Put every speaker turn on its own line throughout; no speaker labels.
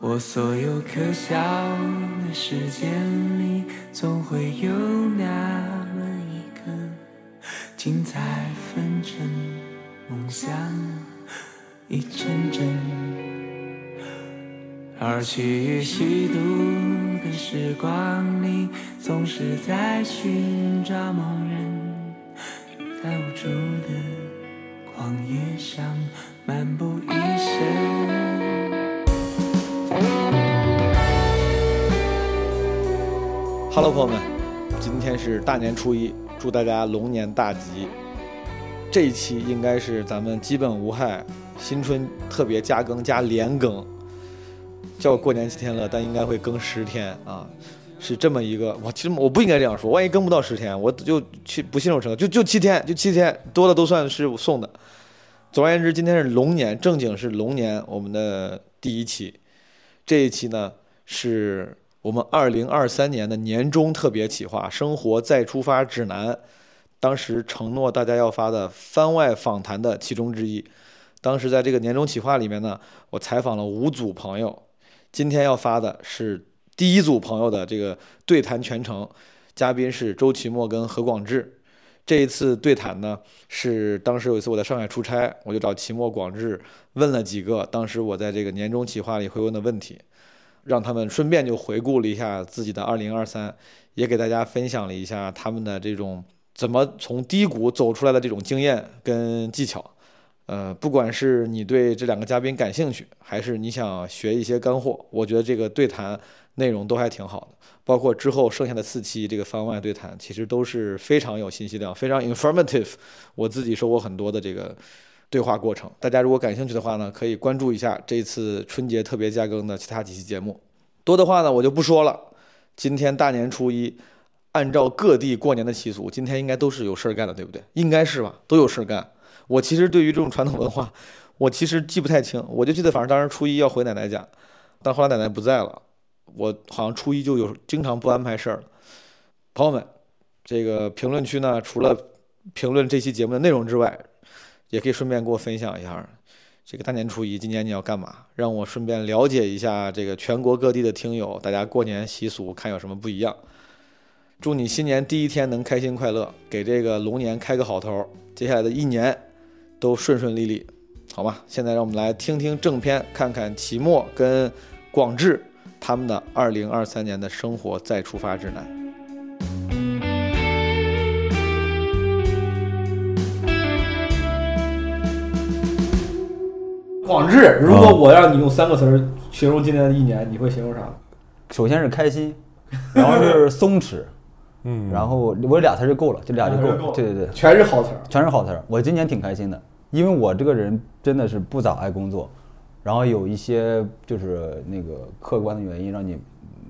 我所有可笑的时间里，总会有那么一刻，精彩纷呈，梦想一阵阵。而去与虚度的时光里，总是在寻找某人，在无助的旷野上漫步一生。
Hello，朋友们，今天是大年初一，祝大家龙年大吉。这一期应该是咱们基本无害新春特别加更加连更。叫我过年七天了，但应该会更十天啊，是这么一个。我其实我不应该这样说，万一更不到十天，我就去不信守承诺，就就七天，就七天多的都算是送的。总而言之，今天是龙年，正经是龙年，我们的第一期。这一期呢，是我们二零二三年的年终特别企划《生活再出发指南》，当时承诺大家要发的番外访谈的其中之一。当时在这个年终企划里面呢，我采访了五组朋友。今天要发的是第一组朋友的这个对谈全程，嘉宾是周奇墨跟何广智。这一次对谈呢，是当时有一次我在上海出差，我就找奇墨、广智问了几个当时我在这个年终企划里会问的问题，让他们顺便就回顾了一下自己的2023，也给大家分享了一下他们的这种怎么从低谷走出来的这种经验跟技巧。呃，不管是你对这两个嘉宾感兴趣，还是你想学一些干货，我觉得这个对谈内容都还挺好的。包括之后剩下的四期这个番外对谈，其实都是非常有信息量，非常 informative。我自己收获很多的这个对话过程。大家如果感兴趣的话呢，可以关注一下这次春节特别加更的其他几期节目。多的话呢，我就不说了。今天大年初一，按照各地过年的习俗，今天应该都是有事儿干的，对不对？应该是吧，都有事儿干。我其实对于这种传统文化，我其实记不太清，我就记得反正当时初一要回奶奶家，但后来奶奶不在了，我好像初一就有经常不安排事儿了。朋友们，这个评论区呢，除了评论这期节目的内容之外，也可以顺便给我分享一下这个大年初一今年你要干嘛，让我顺便了解一下这个全国各地的听友，大家过年习俗看有什么不一样。祝你新年第一天能开心快乐，给这个龙年开个好头，接下来的一年。都顺顺利利，好吧。现在让我们来听听正片，看看齐墨跟广智他们的二零二三年的生活再出发指南。
广智，如
啊
果我让你用三个词儿形容今年的一年，你会形容啥？
首先是开心，然后是 松弛。嗯，然后我俩词就够了，这
啊
俩就够了。对对对，
全是好词儿，
全是好词儿。我今年挺开心的，因为我这个人真的是不咋爱工作，然后有一些就是那个客观的原因让你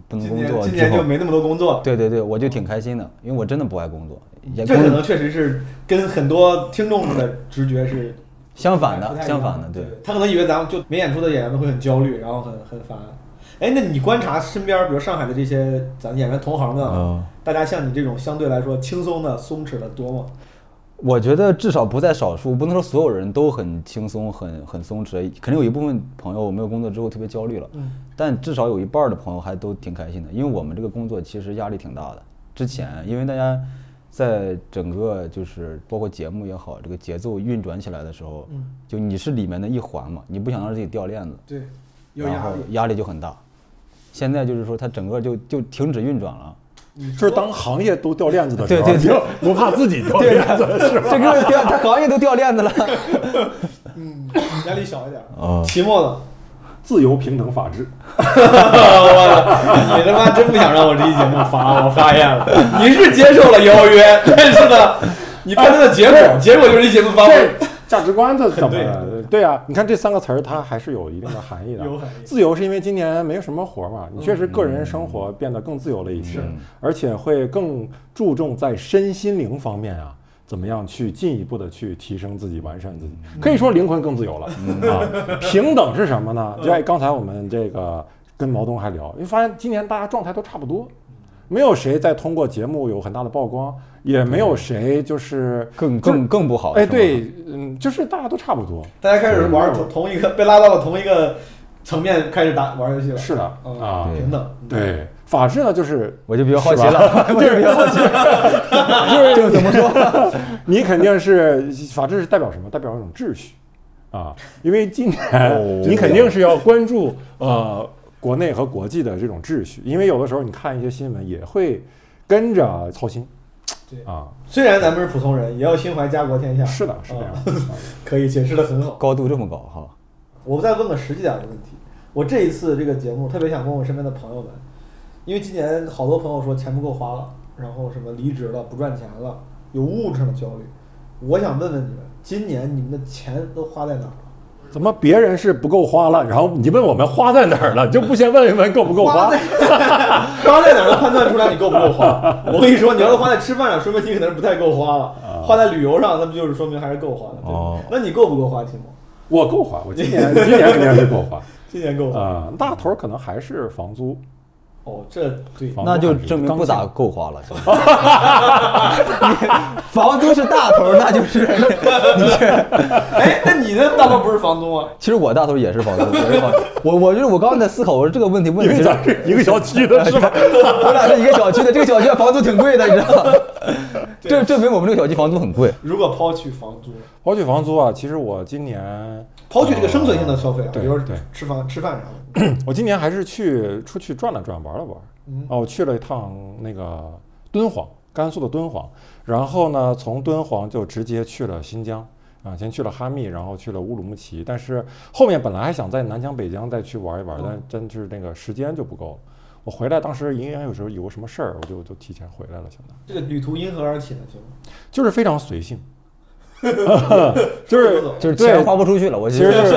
不能工作
今年就没那么多工作了。
对对对，我就挺开心的，因为我真的不爱工作。
也这可能确实是跟很多听众的直觉是
相反的，嗯相反的。对，
他可能以为咱们就没演出的演员都会很焦虑，然后很很烦。哎，那你观察身边，比如上海的这些咱演员同行们、
啊
嗯，大家像你这种相对来说轻松的、松弛的多吗？
我觉得至少不在少数，不能说所有人都很轻松、很很松弛，肯定有一部分朋友没有工作之后特别焦虑了。嗯。但至少有一半的朋友还都挺开心的，因为我们这个工作其实压力挺大的。之前因为大家在整个就是包括节目也好，这个节奏运转起来的时候，嗯、就你是里面的一环嘛，你不想让自己掉链子，
对，
然后压力就很大。现在就是说，它整个就就停止运转了。
这是当行业都掉链子的
时候，对对对，
不怕自己掉链子，是吧？
这个掉，他行业都掉链子 了。
嗯，压力小一点。
呃
啊，期末呢？
自由、平等、法治。
我 你他妈真不想让我这期节目发，我发现了，你是接受了邀约，但是呢，你判断的结
哎
果，结果就是这节目发。
价值观这怎么了？对啊，你看这三个词儿，它还是有一 定的含义的。
有含义。嗯
自由是因为今年没有什么活嘛，你确实个人生活变得更自由了一些，而且会更注重在身心灵方面啊，怎么样去进一步的去提升自己、完善自己，
嗯
可以说灵魂更自由了啊。平等是什么呢？
嗯
就像刚才我们这个跟毛东还聊，你发现今年大家状态都差不多。没有谁再通过节目有很大的曝光，也没有谁就是
更更更不好。
哎哎，对，嗯，就是大家都差不多，
大家开始玩同同一个，被拉到了同一个层面开始打玩游戏了。
是的
嗯
啊，
平等。
对，法治呢就是
我就比较好奇了，我就比较好奇了，就是怎么说？
你肯定是法治是代表什么？代表一种秩序啊，因为今
哦
年你肯定是要关注呃国内和国际的这种秩序，因为有的时候你看一些新闻也会跟着操心
对
啊，
虽然咱们是普通人，也要心怀家国天下。
是的，是这样
啊
嗯
的。
可以解释的很好。
高度这么高哈？
我再问个实际点的问题，我这一次这个节目特别想问我身边的朋友们，因为今年好多朋友说钱不够花了，然后什么离职了、不赚钱了，有物质上的焦虑。我想问问你们，今年你们的钱都花在哪儿了？
怎么别人是不够花了，然后你问我们花在哪儿了，就不先问一问够不够花？
在 花在哪儿能判断出来你够不够花？我跟你说，你要是花在吃饭上，说明你可能是不太够花了；花在旅游上，那不就是说明还是够花的？对吧
哦
那你够不够花，秦梦？
我够花，我今 年今年肯定是够花
今年够花？
啊、大头儿可能还是房租，
哦，这对
房租
那就
还是
证明
刚
不咋
性
够花了。就是你 房租是大头，那就是 你这。
哎，那你的大头不是房东啊？
其实我大头也是房租，我是房租。 我我就是我刚刚在思考，我说这个问题问
因
的
为
其实
咱是一个小区的，是吧？
我俩是一个小区的，这个小区房租挺贵的，你知 道吗？这证明我们这个小区房租很贵。
如果抛去房租，
刨去房租啊，其实我今年
抛去这个生存性的消费啊，比
对
如说
对
吃饭吃饭啥的，
我今年还是去出去转了转，玩了玩。哦，我去了一趟那个敦煌，甘肃的敦煌。然后呢，从敦煌就直接去了新疆，啊，先去了哈密，然后去了乌鲁木齐。但是后面本来还想在南疆、北疆再去玩一玩，但真是那个时间就不够了。我回来当时应该有时候有个什么事儿，我就就提前回来了，相当于
这个旅途因何而起呢？请问
就是非常 随性，就是
就是
对
钱花不出去了，我
其实是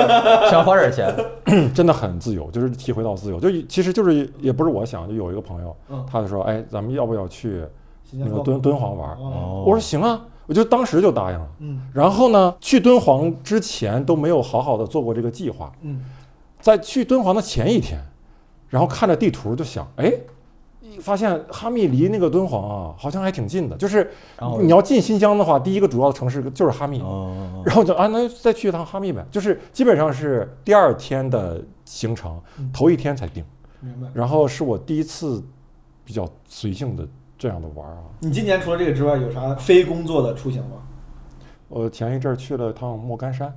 想花点钱。
真的很自由，就是体会到自由。就其实就是也不是我想，就有一个朋友，
嗯
他就说，哎，咱们要不要去
新
那
疆
个
逛
敦敦煌玩儿？
哦，
我说行啊，我就当时就答应了。
嗯
然后呢，去敦煌之前都没有好好的做过这个计划，
嗯，
在去敦煌的前一天，然后看着地图就想，哎。发现哈密离那个敦煌啊，好像还挺近的。就是
然后
你要进新疆的话，第一个主要的城市就是哈密。
哦，
然后就啊，那就再去一趟哈密呗，就是基本上是第二天的行程，头一天才定。
明白。
然后是我第一次比较随性的这样的玩儿啊。
你今年除了这个之外，有啥非工作的出行吗？
我前一阵儿去了趟莫干山，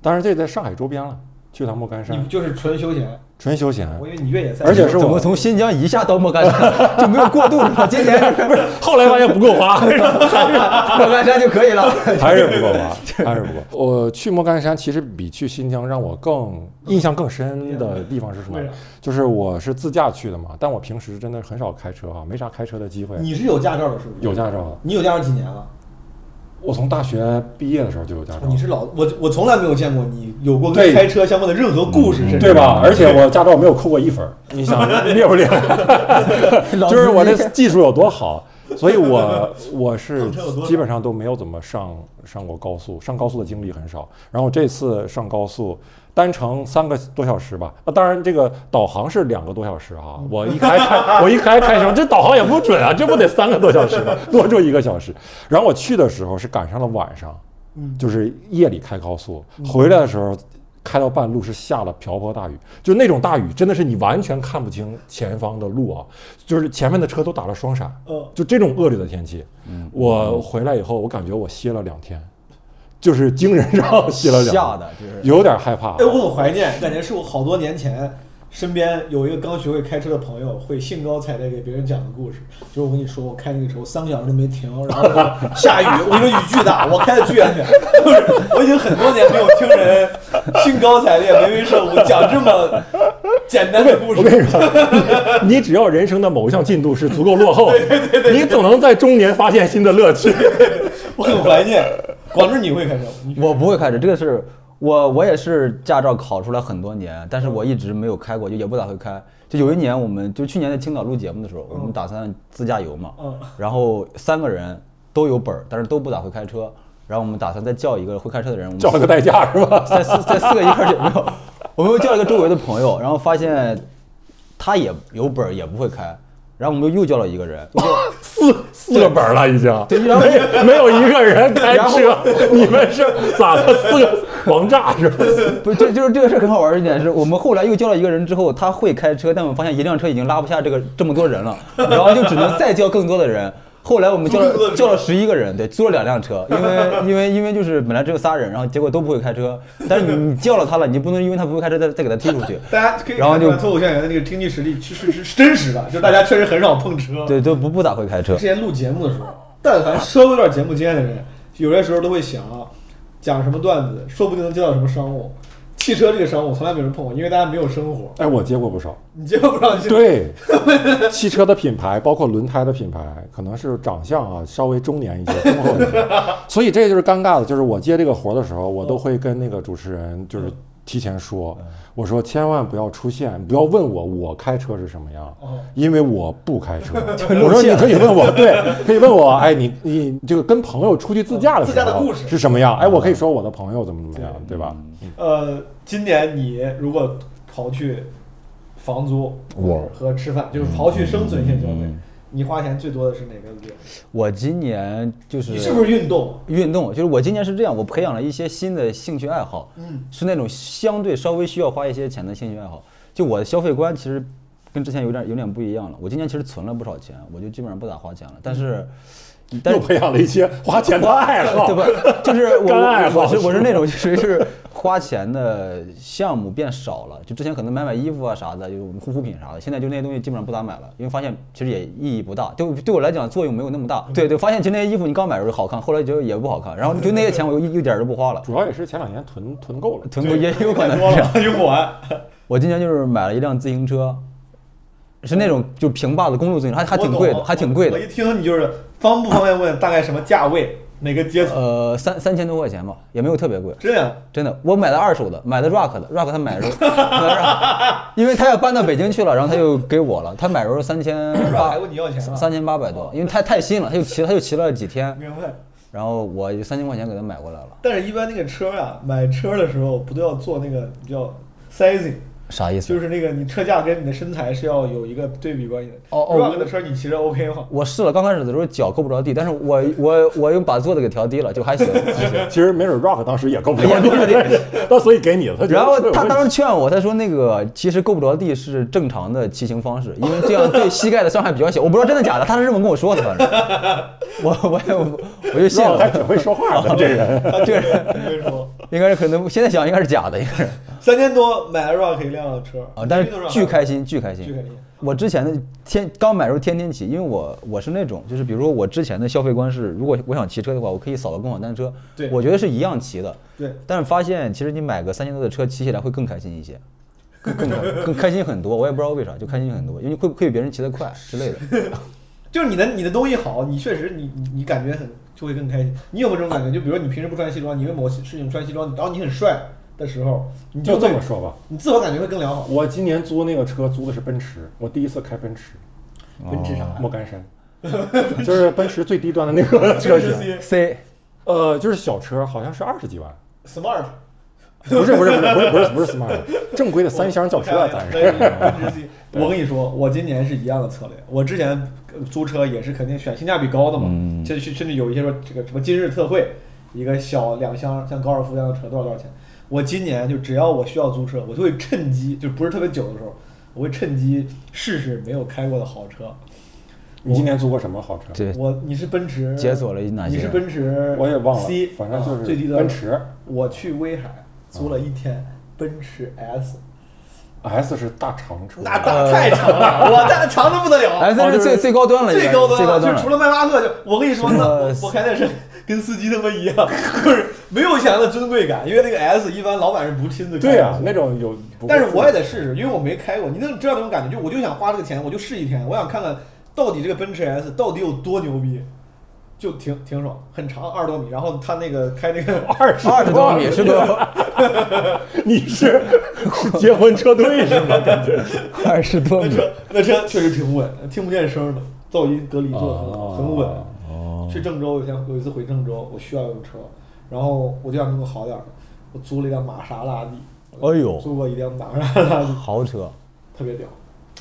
当然这在上海周边了，去趟莫干
你
山
就是纯休闲，
纯休闲。
我以为你越野赛，
嗯而且是
怎
我
么从新疆一下到莫干山就没有过渡是吧？今年不是
后来发现不够花，
莫干山就可以了。
还是不够花，还是不够。我去莫干山其实比去新疆让我更印象更深的地方是什么
为啥？
就是我是自驾去的嘛，但我平时真的很少开车啊，没啥开车的机会。
你是有驾照的，是不是？
有，驾照啊的，
你有驾照几年了？
我从大学毕业的时候就有驾照，
哦你是老我我从来没有见过你有过跟
对嗯
开车相关的任何故事，甚至
对吧？而且我驾照没有扣过一分儿，你想 厉不厉害？
老
就是我
司
这
机
技术有多好，所以我我是
碰车有多少
基本上都没有怎么上上过高速，上高速的经历很少。然后这次上高速。单程三个多小时吧，啊，当然这个导航是两个多小时啊。我一开开，我一开开什么？这导航也不准啊，这不得三个多小时吗？ 多住一个小时。然后我去的时候是赶上了晚上，
嗯
就是夜里开高速，回来的时候开到半路是下了瓢泼大雨，就那种大雨真的是你完全看不清前方的路啊，就是前面的车都打了双闪
嗯，
就这种恶劣的天气，我回来以后我感觉我歇了两天，就是精神上歇了两
吓
天，
的，就是
有点害怕
哎，。我很怀念，感觉是我好多年前身边有一个刚学会开车的朋友，会兴高采烈给别人讲的故事。就是我跟你说，我开那个车，我三个小时都没停，然后我下雨，我跟你说雨巨大，我开的巨安全。就是我已经很多年没有听人兴高采烈、眉飞色舞讲这么简单的故
我跟
事。
你说， 你你只要人生的某一项进度是足够落 后，你总能在中年发现新的乐趣。
我很怀念。广志，你会开车吗？你
我不会开车，这个是我我也是驾照考出来很多年，但是我一直没有开过，就也不咋会开。就有一年我们就去年在青岛录节目的时候，我
嗯
们打算自驾游嘛
嗯，
然后三个人都有本儿，但是都不咋会开车，然后我们打算再叫一个会开车的人，我们
叫了个代驾是吧？
在四在四个一块儿去，没有，我们又叫了一个周围的朋友，然后发现他也有本儿，也不会开，然后我们就又叫了一个人，又叫
四四个本儿了已经，没没有一个人开车，你们是咋的？四个王炸是吧？
不，这就是这个事儿很好玩儿一点是，我们后来又叫了一个人之后，他会开车，但我们发现一辆车已经拉不下这个这么 多人了，然后就只能再叫更多的人。后来我们叫
租更多
了
的车
叫了十一个人，对，租了两辆车，因为因为因为就是本来只有仨人，然后结果都不会开车，但是你叫了他了，你就不能因为他不会开车再再给他 踢出去，
大家可以
然后
看出
就
来脱口秀演员的这个经济实力其实是是真实的，就大家确实很少碰车。
对，都不不咋会开车
之。前录节目的时候，但凡稍微有点节目经验的人，有些时候都会想，啊讲什么段子，说不定能接到什么商务。汽车这个商务从来没有人碰过，因为大家没有生活，
哎，我接过不少。
你接不 上去。，
对，汽车的品牌，包括轮胎的品牌，可能是长相啊稍微中年一 些、中后一些，所以这就是尴尬的，就是我接这个活儿的时候，我都会跟那个主持人就是提前说，
嗯
我说千万不要出现，不要问我我开车是什么样
哦，
因为我不开 车。我说你可以问我，对，可以问我，哎，你你这个跟朋友出去自驾的
自
时
驾的
候
故事嗯
是什么样？哎，我可以说我的朋友怎么怎么样，对吧？
呃，今年你如果刨去房租
我嗯
和吃饭，就是刨去生存性消费，你花钱最多的是哪个领域？
我今年就是
你是不是运动？
运动，就是我今年是这样，我培养了一些新的兴趣爱好，
嗯，
是那种相对稍微需要花一些钱的兴趣爱好。就我的消费观其实跟之前有点有点不一样了。我今年其实存了不少钱，我就基本上不咋花钱了。但是，但
又
是
培养了一些 花钱的爱好，
对吧？就是我
干爱
我
好
我是我是那种就属于是花钱的项目变少了，就之前可能买买衣服啊啥的，就是我们护肤品啥的，现在就那些东西基本上不咋买了，因为发现其实也意义不大，对我对我来讲作用没有那么大。对对，发现其实那些衣服你刚买的时候好看，后来觉得也不好看，然后就那些钱我又一一点儿都不花了，
主要也是前两年囤囤够了。
囤过也有可
太
能
多
是这样。
了，用不完。
我今年就是买了一辆自行车，是那种就平坝的公路自行车，还还挺贵的，
我懂
还挺贵的
我一，听你就是方不方便问大概什么价位，哪个阶层？
呃，三三千多块钱吧，也没有特别贵。
这样，
真的，我买的二手的，买的 Rock 的，Rock 他买的时候买的 Rock，因为他要搬到北京去了，然后他就给我了，他买的时候三千八
还问你要钱，了
三千八百多，因为太太新了，他就骑他就骑了几天，
明白。
然后我就三千块钱给他买过来了，
但是，一般那个车啊，买车的时候不都要做那个叫 sizing，
啥意思？
就是那个你车架跟你的身材是要有一个对比关系的。
哦哦
Rock 的车你骑着 OK 吗？
我试了，刚开始的时候脚够不着地，但是我我我又把座子给调低了，就还行。还行
其实没准 Rock 当时也够不
也
着
够不着地
地， 那所以给你了。他觉得
然后他
有
当
问
时
题
劝我，他说那个其实够不着地是正常的骑行方式，因为这样对膝盖的伤害比较小。我不知道真的假的，他是这么跟我说的，反正我我我我就信
Rock 还
了。哦
挺会说 话的这人。
啊，对，没说。
应该是可能现在想应该是假的，应 该是
三千多买了 Rock 一辆车
啊，但是
你觉得
巨
Rock
开心，巨开心，
巨开心。
我之前的天刚买的时候天天骑，因为我我是那种就是比如说我之前的消费观是，如果我想骑车的话，我可以扫个共享单车，
对
我觉得是一样骑的，
对
但是发现其实你买个三千多的车，骑起来会更开心一些，更更开更开心很多。我也不知道为啥，就开心很多，因为会会比别人骑得快之类的。
就是你的你的东西好，你确实你你你感觉很就会更开心。你有没有这种感觉？就比如说你平时不穿西装，你为某些事情穿西装，然后你很帅的时候，你
就
就
这
会
么，说吧，
你自我感觉会更良好。
我今年租那个车租的是奔驰，我第一次开奔驰，
哦
奔驰啥？
莫干 山，就是奔驰最低端的那个车型。
C
呃，就是小车，好像是二十几万，
Smart，
不是不是不是不是不是不是 smart，正规的三厢轿车啊，咱 是。
是。我跟你说，我今年是一样的策略。我之前呃租车也是肯定选性价比高的嘛，
嗯
甚至甚至有一些说这个什么今日特惠，一个小两厢像高尔夫一样的车多少多少钱。我今年就只要我需要租车，我就会趁机，就不是特别久的时候，我会趁机试试没有开过的好车。
你今年租过什么好车？
对
我你是奔驰，
解锁了哪些
你是奔驰，
我也忘了
C，，啊
反正就是
最低的
奔。驰
我去威海租了
啊
一天奔驰 S，
S 是大长车，
那大太长了，我大长的不得了。
S 呃哎是最最高端了，呃应
最
该
高端
是最
了，
高
就
端
是除了迈巴赫，就我跟你说，那我
什么
我开的是跟司机他们一样，就是没有想象的尊贵感，因为那个 S 一般老板是不亲自开的。
对啊，那种有。不会
但是我也得试试，因为我没开过。你能知道那种感觉？就我就想花这个钱，我就试一天，我想看看到底这个奔驰 S 到底有多牛逼，就挺挺爽，很长二十多米。然后他那个开那个
二十
二十多米是多少？
你 是是结婚车队是吗？感觉
二十多
那
米。
车那车确实挺稳，听不见声儿的，噪音隔离做得很好
哦
很稳。去郑州有一天有一次回郑州，我需要用车，然后我就想弄个好点儿的，我租了一辆玛莎拉蒂，
哎呦，
租过一辆玛莎拉蒂，
豪车！
特别屌。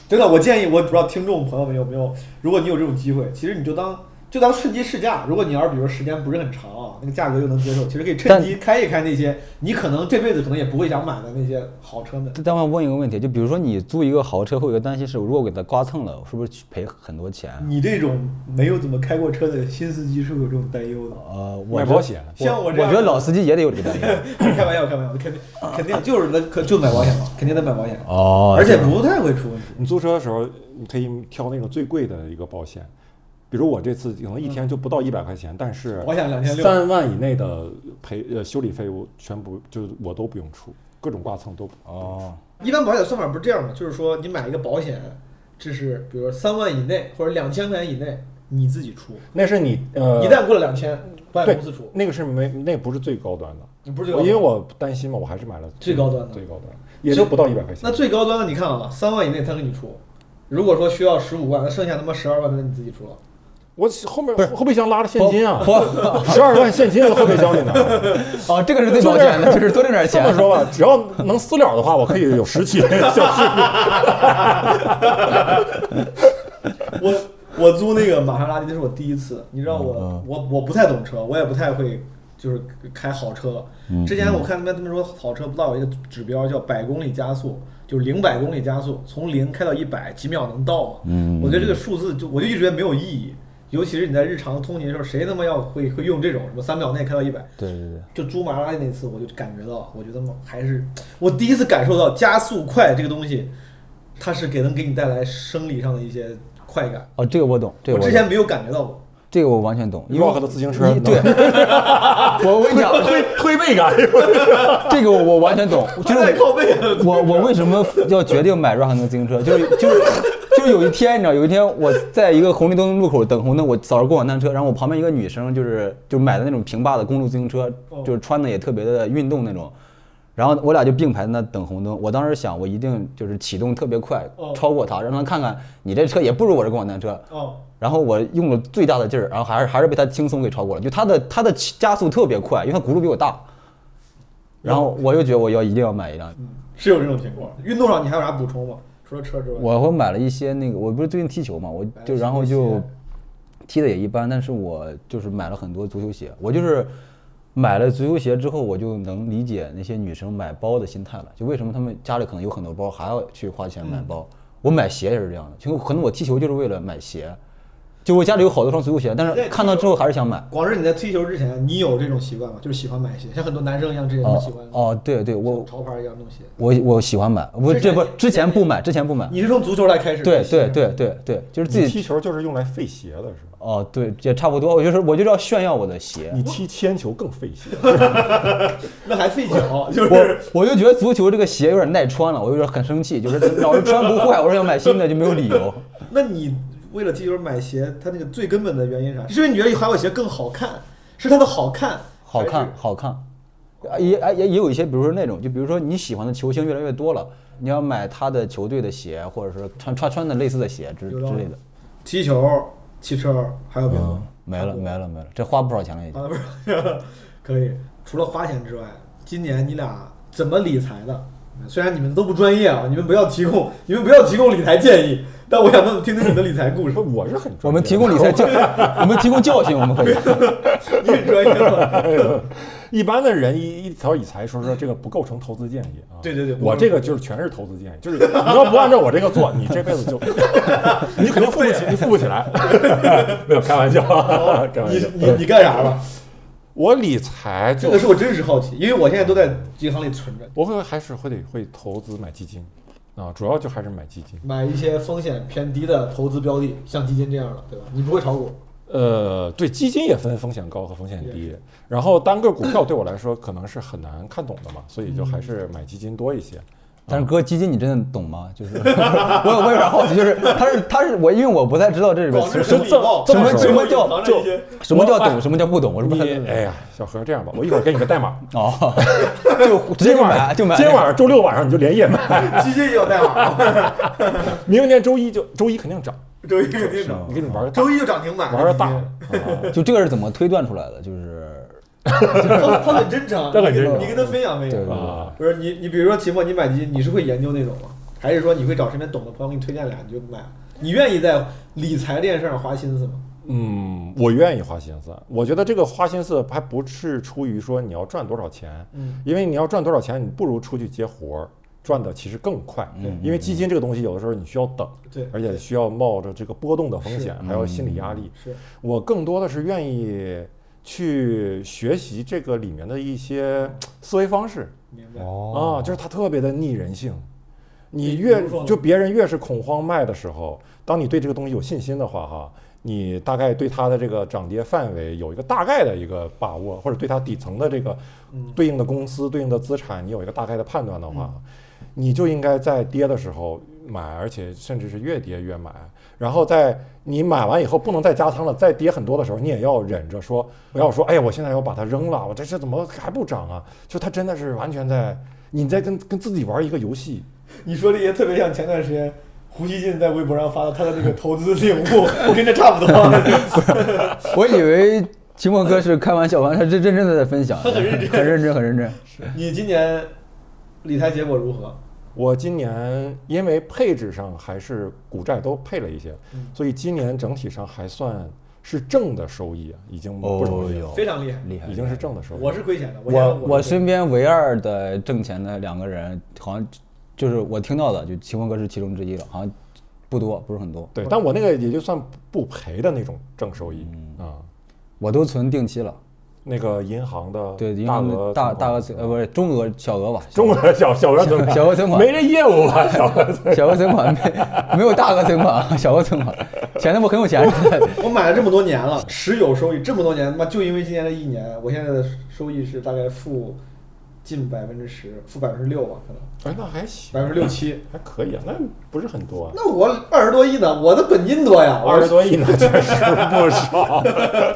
真的，我建议，我不知道听众朋友们有没有，如果你有这种机会，其实你就当就当趁机试驾。如果你要是比如时间不是很长啊，那个价格又能接受，其实可以趁机开一开那些你可能这辈子可能也不会想买的那些豪车们。
但我问一个问题，就比如说你租一个豪车，会有一个担心是，如果给它刮蹭了，是不是赔很多钱？
你这种没有怎么开过车的新司机是有这种担忧的。
呃，我
买
觉
保险，
像
我
啊我这样
觉得老司机也得有这个担 忧。
开玩笑，开玩笑，肯定肯定啊就是那可就买保险嘛，肯定得买保险，
哦
而且不太会出问题。
你租车的时候，你可以挑那种最贵的一个保险，比如我这次可能一天就不到一百块
嗯
钱，但是
我想2600
三万以内的赔呃修理费我全部就是我都不用出，各种挂蹭都不
哦，
一般保险算法不是这样的，就是说你买一个保险，这是比如三万以内或者两千块钱以内你自己出，
那是你呃
一旦过了两千，保
对
险公司出，
那个是没那不是最高端的，
不是最
我
高
因为
端。
我担心嘛，我还是买了
最高端的
最高端也就不到一百块钱
那。最高端的你看啊，三万以内他给你出，如果说需要十五万，那剩下他妈十二万的你自己出了。
我后面后备箱拉着现金啊，十二万现金在后备箱里呢。
哦，这个是最保险的，就是多挣点
这
钱
么。说吧，只要能私了的话，我可以有十期小视频。
我我租那个玛莎拉蒂，那是我第一次。你知道
嗯
我、我我不太懂车，我也不太会就是开好车。
嗯
之前我看他们他们说好车不到有一个指标叫百公里加速，就是零百公里加速，从零开到一百几秒能到嘛？
嗯
我觉得这个数字就我就一直觉得没有意义，尤其是你在日常通勤的时候，谁他妈要会会用这种什么三秒内开到一百？
对对对，
就租玛莎拉蒂那次，我就感觉到，我觉得嘛还是我第一次感受到加速快这个东西，它是给能给你带来生理上的一些快感。
哦，这个我懂，这个
我
我
之
懂
前没有感觉到过。
这个我完全懂，因为
绕开了自行车
你对，我我跟你讲，
推背感，
这个我完全懂，就是
太靠背啊了
我我为什么要决定买 r o c 自行车？就是就是就是有一天，你知道，有一天我在一个红绿灯路口等红灯，我早上过往单车，然后我旁边一个女生就是就是买的那种平坝的公路自行车，就是穿的也特别的运动那种。然后我俩就并排在那等红灯，我当时想，我一定就是启动特别快
哦，
超过她，让她看看你这车也不如我这共享单车。
哦，
然后我用了最大的劲儿，然后还是还是被他轻松给超过了。就他的他的加速特别快，因为他轱辘比我大。然后我又觉得我要一定要买一辆，
是有这种情况。运动上你还有啥补充吗？除了车之外，
我会买了一些那个，我不是最近踢球嘛，我就然后就踢的也一般，但是我就是买了很多足球鞋。我就是买了足球鞋之后，我就能理解那些女生买包的心态了，就为什么她们家里可能有很多包，还要去花钱买
嗯
包。我买鞋也是这样的，就可能我踢球就是为了买鞋，就我家里有好多双足球鞋，但
对
是看到之后还是想买。
广志，你在踢球之前，你有这种习惯吗？就是喜欢买鞋，像很多男生一样，之前都喜欢
哦哦，对对，我
像潮牌一样弄鞋。
我我喜欢买，不
之前
这不
也
之前不买，之前不买，
你是从足球来开始？
对对对对对，就是自
你
己
踢球就是用来费鞋的是吧？
哦对也差不多，我就是我就是要炫耀我的鞋，
你踢铅球更费 鞋，
那还费脚，就
我
是
我就觉得足球这个鞋有点耐穿了，我有点很生气，就是老是穿不坏，我说要买新的就没有理由。
那你为了踢球买鞋，它那个最根本的原因是啥？是因为你觉得还有鞋更好看，是它的好看，
好
还
看
是。
好看，啊也哎也也有一些，比如说那种，就比如说你喜欢的球星越来越多了，你要买他的球队的鞋，或者是穿穿穿的类似的鞋之之
有道理
类的。
踢球、骑车还有别的吗
嗯，？没了没了没了，这花不少钱了已经。
啊，不是， 可以。除了花钱之外，今年你俩怎么理财的？虽然你们都不专业啊，你们不要提供，你们不要提供理财建议，但我想问听听你的理财故事
不，。我是很专业的
我们提供理财教， 我们提供教训，我们可以。
你很专业 吗？
哎一般的人一一条理财，说说这个不构成投资建议啊。
对对对
我这个就是全是投资建议，就是你要不按照我这个做，你这辈子 就你肯定富不起，你富不起来。 没有开玩笑，开玩
你
笑。
你你干啥了？
我理财
这
就
个是我真实好奇，因为我现在都在银行里存着，
我会还是会得会投资买基金啊，主要就还是买基金。
买一些风险偏低的投资标的，像基金这样的，对吧？你不会炒股，
呃，对，基金也分风险高和风险低，然后单个股票对我来说可能是很难看懂的嘛，所以就还是买基金多一些。
但是哥，基金你真的懂吗？就是 我有我有点好奇，就是他是他是我，因为我不太知道这里边
广
什
志
么
很礼貌，
什么
这么
什么
隐藏
叫
着一些
什么叫
我
懂，什么叫不懂，我是不太
你哎呀，小何这样吧，我一会儿给你个代 码，
哦，就直接就买就买。
今 天晚上周六晚上你就连夜买，
基金也有代码，
明天周一就周一肯定涨，
周一肯定
你
涨，
给你玩个 大
周一就涨停板，
玩个大，
嗯就这个是怎么推断出来的？就是
他他很真诚，
他很真诚
你跟他分享分
对
享。
啊
不是你，你比如说秦墨，你买基金，你是会研究那种吗？还是说你会找身边懂的朋友给你推荐俩你就买了？你愿意在理财这件事上花心思吗？
嗯，我愿意花心思。我觉得这个花心思还不是出于说你要赚多少钱，
嗯，
因为你要赚多少钱，你不如出去接活儿，赚的其实更快。
对
因为基金这个东西有的时候你需要等，
对
而且需要冒着这个波动的风险，还有心理压力。
是
我更多的是愿意去学习这个里面的一些思维方式。
明白。
啊，
哦，
就是它特别的逆人性。你
比
越
如说呢
就别人越是恐慌卖的时候，当你对这个东西有信心的话，哈，你大概对它的这个涨跌范围有一个大概的一个把握，或者对它底层的这个
嗯
对应的公司、对应的资产，你有一个大概的判断的话，你就应该在跌的时候买，而且甚至是越跌越买。然后在你买完以后不能再加仓了，再跌很多的时候，你也要忍着说，不要说，哎呀，我现在要把它扔了，我这是怎么还不涨啊？就它真的是完全在你在跟跟自己玩一个游戏。
你说这些特别像前段时间胡锡进在微博上发的他的那个投资领悟， 跟这差不多。
我以为秦墨哥是开玩笑，完他认认真的在分享，很认真，很认真，很认真。
你今年理财结果如何？
我今年因为配置上还是股债都配了一些，所以今年整体上还算是正的收益，啊，已经不容易了，
哟
非常厉害，
厉害，
已经是正的收益。
我是亏钱的，
我
我
我
是
身边唯二的挣钱的两个人，好像就是我听到的，就秦风哥是其中之一了，好像不多，不是很多。
对，但我那个也就算不赔的那种正收益
嗯
啊、
我都存定期了，
那个银行的
对，因
大
为
额
大
存款
大额存呃不是中额小额吧，
中国的小小额存款，
小额存款
没这业务了，小额存
小额存 款没没有大额存款，小额存款，显得我很有 钱似的。
我买了这么多年了，持有收益这么多年，他妈就因为今年的一年，我现在的收益是大概负近百分之十，负百分之六吧，可能
哎，那还行，
百分之六七。
还可以啊，那不是很多啊，
那我二十多亿呢，我的本金多呀，我
二十多亿呢，确实不少。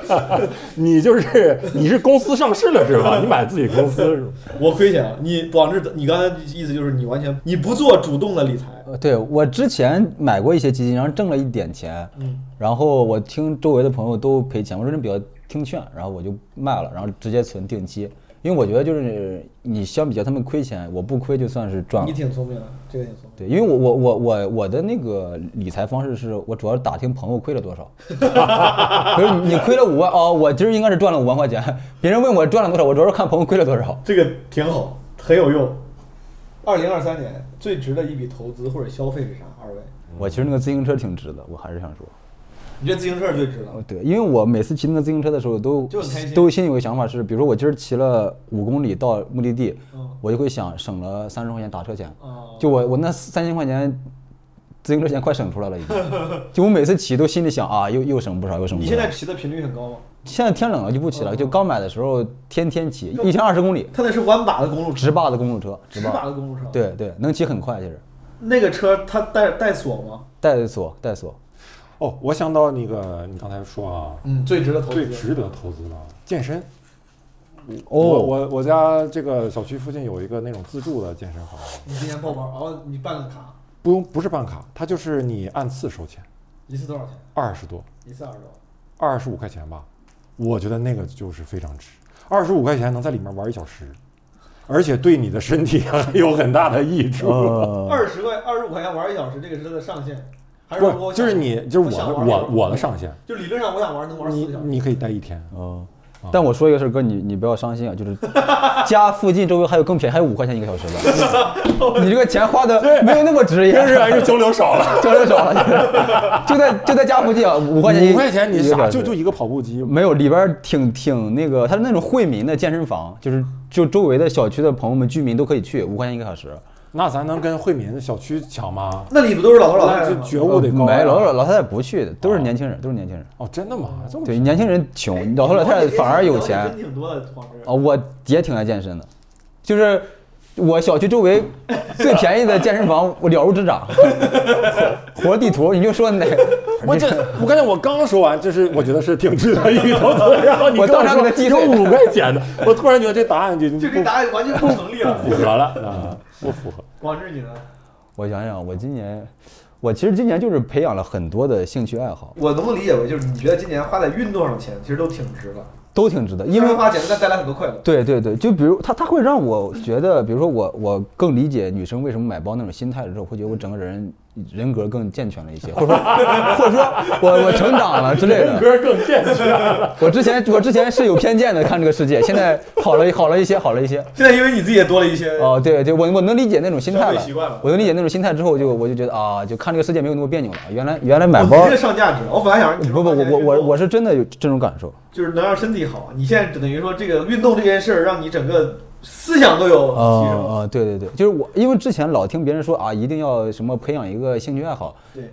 你就是你是公司上市了是吧？你买自己公司是吧？
我亏钱了。你广志，你刚才意思就是你完全你不做主动的理财，
呃对我之前买过一些基金，然后挣了一点钱，
嗯，
然后我听周围的朋友都赔钱，我这人比较听劝，然后我就卖了，然后直接存定期，因为我觉得就是你相比较他们亏钱，我不亏就算是赚了
你。挺聪明的，这个挺聪明。
对，因为我我我我我的那个理财方式是我主要是打听朋友亏了 多少，可是你亏了五万哦，我今儿应该是赚了五万块钱，别人问我赚了多少，我主要是看朋友亏了多少。
这个挺好，很有用。二零二三年最值的一笔投资或者消费是啥？二位，
我其实那个自行车挺值的，我还是想说。
你觉得自行车是最值的
哦，？对，因为我每次骑那个自行车的时候都，
就
都
很开心
心里有个想法是，比如说我今儿骑了五公里到目的地，
嗯
我就会想省了三十块钱打车钱，
哦
就我我那三千块钱自行车钱快省出来 了已经，就我每次骑都心里想啊，又又省不少，又省不
你
少。
现在嗯骑的频率很高吗？
现在天冷了就不骑了，就刚买的时候天天骑，一天二十公里，
它那是弯把的公路车，
直把的公路车，
嗯直把的公路车。，
对对，能骑很快其实，
那个车它带带锁吗？
带锁带锁，
哦，我想到那个你刚才说啊，
嗯，最值得投资。
最值得投资的健身。
哦
我我我家这个小区附近有一个那种自助的健身房，
你今年报班，哦，你办个卡，
不用不是办卡，它就是你按次收钱，
一次多少钱？
二十多，
一次二十多。
二十五块钱吧，我觉得那个就是非常值，二十五块钱能在里面玩一小时，而且对你的身体有很大的益处。嗯
呃，
二十块，二十五块钱玩一小时，这个是它的上限，还是说
不
我
是，就是你，就是我
想
的，
玩一会
我
儿
我的上限，
就理论上我想玩能玩四
你
个小时。
你可以待一天。
哦，但我说一个事儿，哥你你不要伤心啊，就是家 附近周围还有更便宜，还有五块钱一个小时的，你这个钱花的没有那么值也，
真 是还啊是交流少 了，
交流少 了，就在就在家附近啊，五块钱一
五块钱你
一个
傻，
小
就
时
就一个跑步机，
嗯
没有，里边儿挺挺那个，它是那种惠民的健身房，就是就周围的小区的朋友们、居民都可以去，五块钱一个小时。
那咱能跟惠民小区抢吗？
那里不都是老头老太
那
太
这
吗？
觉悟得
呃
高
没
呀。
老老老太太不去的，都是年轻人，都是年轻人。
哦，真的吗？这么
嗯对，年轻人穷，老头老太太反而有
哦
钱。
真挺多的，黄志。
啊，我也挺爱健身的，就是我小区周围最便宜的健身房，我了如指掌。活地图，你就说哪？
我这，我刚才我刚说完，这是我觉得是挺值得一个投资。然后你
我
跟
当场
说
给他击
有
退
五块钱的，我突然觉得这答案就
这个答案完全不成立
不
了。
符合了
嗯
啊，不符合。
广志，你呢？
我想想，我今年，我其实今年就是培养了很多的兴趣爱好。
我能不能理解为就是你觉得今年花在运动上的钱其实都挺值的？
都挺值得，因
因
为
为化简单，但带来很多快乐。
对对对，就比如他他会让我觉得，比如说我我更理解女生为什么买包那种心态了之后，会觉得我整个人人格更健全了一些，或者说或者说我我成长了之类 的。
歌更健全。
我之前我之前是有偏见的看这个世界，现在好了好了一些，好了一些。
现在因为你自己也多了一些，
哦，对对，我我能理解那种心态
消费
了，
习惯了
我能理解那种心态之后，我就我就觉得啊，就看这个世界没有那么别扭了。原来原来买包
哦你这，个上价值了。我本来想让你
不不，我我我我是真的有这种感受。
就是能让身体好。你现在等于说这个运动这件事儿，让你整个思想都有提升。
啊啊，对对对，就是我，因为之前老听别人说啊，一定要什么培养一个兴趣爱好，
对，